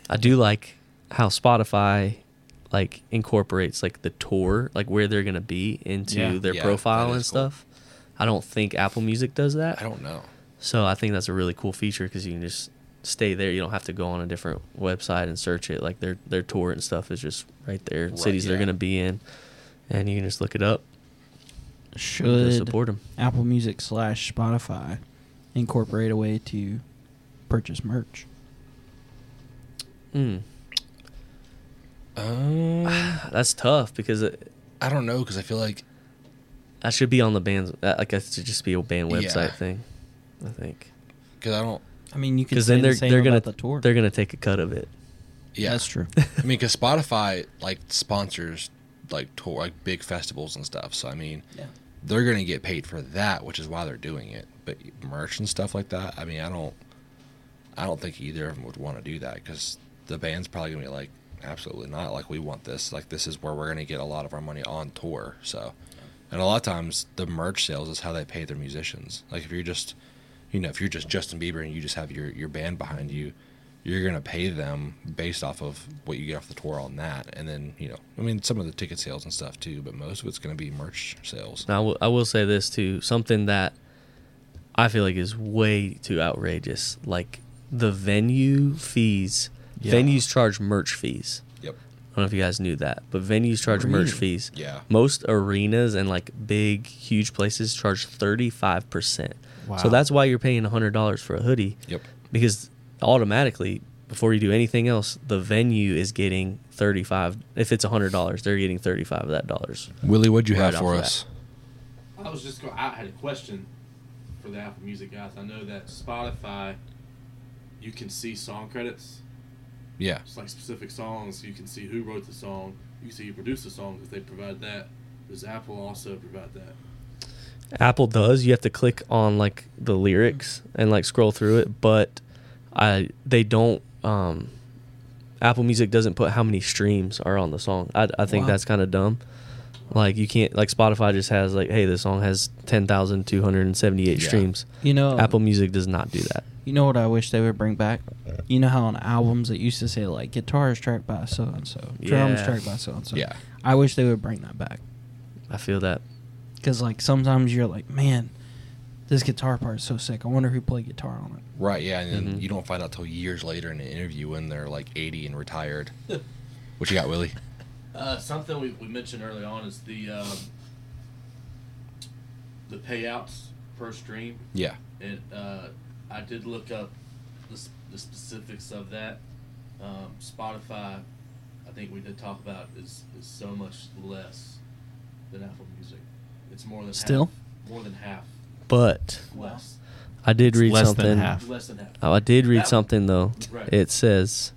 Speaker 1: I do like how Spotify like incorporates like the tour, like where they're gonna be into
Speaker 3: Yeah.
Speaker 1: their
Speaker 2: Yeah,
Speaker 1: profile
Speaker 2: that
Speaker 1: and
Speaker 2: is cool.
Speaker 1: stuff. I don't think Apple Music does that.
Speaker 2: I don't know.
Speaker 1: So I think that's a really cool feature because you can just stay there. You don't have to go on a different website and search it. Like their their tour and stuff is just right there.
Speaker 2: Right,
Speaker 1: cities they're
Speaker 2: yeah.
Speaker 1: gonna be in, and you can just look it up. Go
Speaker 4: Should
Speaker 1: support them.
Speaker 4: Apple Music slash Spotify incorporate a way to purchase merch?
Speaker 1: Mm.
Speaker 2: Um,
Speaker 1: That's tough because it,
Speaker 2: I don't know because I feel like
Speaker 1: that should be on the band's. That, like that should just be a band
Speaker 2: Yeah.
Speaker 1: website thing. I think
Speaker 2: because I don't.
Speaker 4: I mean, you could
Speaker 1: because
Speaker 4: say
Speaker 1: then
Speaker 4: the
Speaker 1: they're
Speaker 4: same
Speaker 1: they're gonna
Speaker 4: about the tour.
Speaker 1: they're gonna take a cut of it.
Speaker 2: Yeah,
Speaker 4: That's true.
Speaker 2: I mean, because Spotify like sponsors like tour like big festivals and stuff. So I mean,
Speaker 4: Yeah.
Speaker 2: they're gonna get paid for that, which is why they're doing it. But merch and stuff like that, I mean, I don't, I don't think either of them would want to do that because the band's probably gonna be like, absolutely not. Like we want this. Like this is where we're gonna get a lot of our money on tour. So, and a lot of times the merch sales is how they pay their musicians. Like if you're just, you know, if you're just Justin Bieber and you just have your your band behind you, you're gonna pay them based off of what you get off the tour on that. And then you know, I mean, some of the ticket sales and stuff too, but most of it's gonna be merch sales.
Speaker 1: Now, I will- I will say this too something that I feel like is way too outrageous. Like the venue fees.
Speaker 3: Yeah.
Speaker 1: Venues charge merch fees.
Speaker 2: Yep.
Speaker 1: I don't know if you guys knew that, but venues charge merch fees.
Speaker 2: Yeah.
Speaker 1: Most arenas and like big, huge places charge 35%.
Speaker 3: Wow.
Speaker 1: So that's why you're paying $100 for a hoodie.
Speaker 2: Yep.
Speaker 1: Because automatically, before you do anything else, the venue is getting 35 If it's $100, they're getting 35 of that dollars.
Speaker 2: Willie, what'd you
Speaker 1: Right
Speaker 2: have for
Speaker 1: off the
Speaker 2: us?
Speaker 6: I was just going. I had a question for the Apple Music guys. I know that Spotify, you can see song credits.
Speaker 2: Yeah.
Speaker 6: It's like specific songs. You can see who wrote the song. You can see who produced the song if they provide that. Does Apple also provide that?
Speaker 1: Apple does. You have to click on like the lyrics and like scroll through it, but I they don't. Um, Apple Music doesn't put how many streams are on the song. I, I think
Speaker 4: Wow.
Speaker 1: that's kind of dumb. Like you can't like Spotify just has like hey this song has ten thousand two hundred and seventy eight
Speaker 2: Yeah.
Speaker 1: streams.
Speaker 4: You know,
Speaker 1: Apple Music does not do that.
Speaker 4: You know what I wish they would bring back? You know how on albums it used to say like guitar is tracked by so and so, drums
Speaker 1: Yeah.
Speaker 4: tracked by so and so.
Speaker 2: Yeah.
Speaker 4: I wish they would bring that back
Speaker 1: I feel that.
Speaker 4: because like sometimes you're like, man, this guitar part is so sick. I wonder who played guitar on it.
Speaker 2: Right, yeah, and then
Speaker 1: Mhm.
Speaker 2: you don't find out till years later in an interview when they're like 80 and retired. what you got, Willie?
Speaker 6: Uh, something we, we mentioned early on is the um, the payouts per stream.
Speaker 2: Yeah,
Speaker 6: And uh, I did look up the, s- the specifics of that. Um, Spotify, I think we did talk about, is, is so much less than Apple Music. It's more than
Speaker 4: Still?
Speaker 6: half, more than half
Speaker 1: But
Speaker 6: less,
Speaker 1: I did
Speaker 3: It's
Speaker 1: read
Speaker 3: less than
Speaker 1: something.
Speaker 3: half.
Speaker 6: less than half.
Speaker 1: Oh, I did read
Speaker 6: That-
Speaker 1: something though.
Speaker 6: Right.
Speaker 1: It says,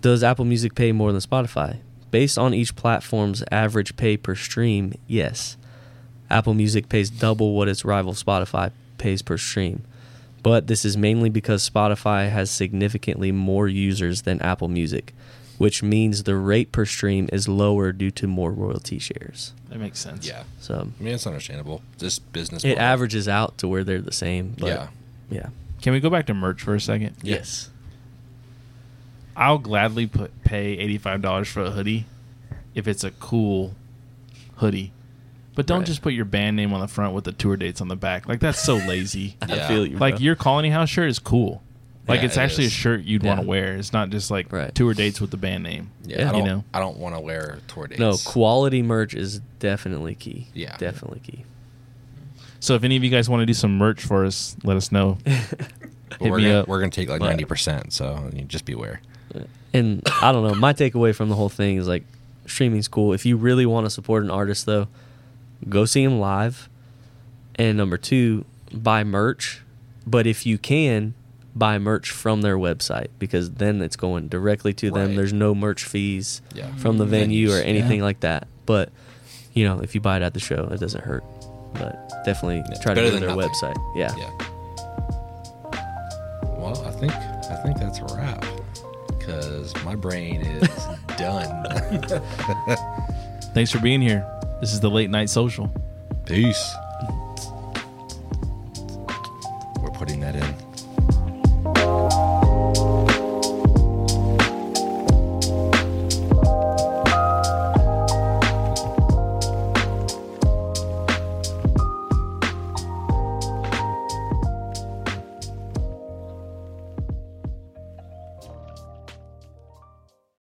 Speaker 1: "Does Apple Music pay more than Spotify? Based on each platform's average pay per stream, yes. Apple Music pays double what its rival Spotify pays per stream, but this is mainly because Spotify has significantly more users than Apple Music." Which means the rate per stream is lower due to more royalty shares.
Speaker 3: That makes sense.
Speaker 2: yeah.
Speaker 1: So
Speaker 2: I mean, it's understandable. This business.
Speaker 1: it
Speaker 2: model.
Speaker 1: averages out to where they're the same. But
Speaker 2: Yeah.
Speaker 1: Yeah.
Speaker 3: Can we go back to merch for a second?
Speaker 2: Yeah.
Speaker 1: Yes.
Speaker 3: I'll gladly put pay eighty five dollars for a hoodie if it's a cool hoodie. But don't
Speaker 1: Right.
Speaker 3: just put your band name on the front with the tour dates on the back. Like that's so lazy.
Speaker 1: I
Speaker 2: Yeah.
Speaker 1: feel you.
Speaker 3: like
Speaker 1: bro.
Speaker 3: your Colony House shirt is cool. Like
Speaker 2: Yeah,
Speaker 3: it's
Speaker 2: it
Speaker 3: actually
Speaker 2: is.
Speaker 3: a shirt you'd want
Speaker 1: Yeah.
Speaker 3: to wear. It's not just like
Speaker 1: Right.
Speaker 3: tour dates with the band name.
Speaker 2: Yeah,
Speaker 1: Yeah.
Speaker 2: I don't,
Speaker 3: You know.
Speaker 2: I don't want to wear tour dates.
Speaker 1: No, quality merch is definitely key.
Speaker 2: Yeah.
Speaker 1: Definitely key.
Speaker 3: So if any of you guys want to do some merch for us, let us know.
Speaker 2: But
Speaker 3: hit
Speaker 2: we're
Speaker 3: me
Speaker 2: gonna,
Speaker 3: up.
Speaker 2: We're gonna take like
Speaker 1: But-
Speaker 2: ninety percent, so you just beware.
Speaker 1: And I don't know, my takeaway from the whole thing is like streaming's cool. If you really want to support an artist though, go see him live. And number 2, buy merch, but if you can, buy merch from their website because then it's going directly to them.
Speaker 2: Right.
Speaker 1: There's no merch fees
Speaker 2: Yeah.
Speaker 1: from the venue or
Speaker 2: Venues,
Speaker 1: anything
Speaker 4: yeah.
Speaker 1: like that. But you know, if you buy it at the show, it doesn't hurt. But definitely
Speaker 2: It's
Speaker 1: try to
Speaker 2: better
Speaker 1: go to their
Speaker 2: than nothing.
Speaker 1: website.
Speaker 2: Yeah. Well, I think I think that's a wrap because my brain is done.
Speaker 3: Thanks for being here. This is the late night social.
Speaker 2: Peace.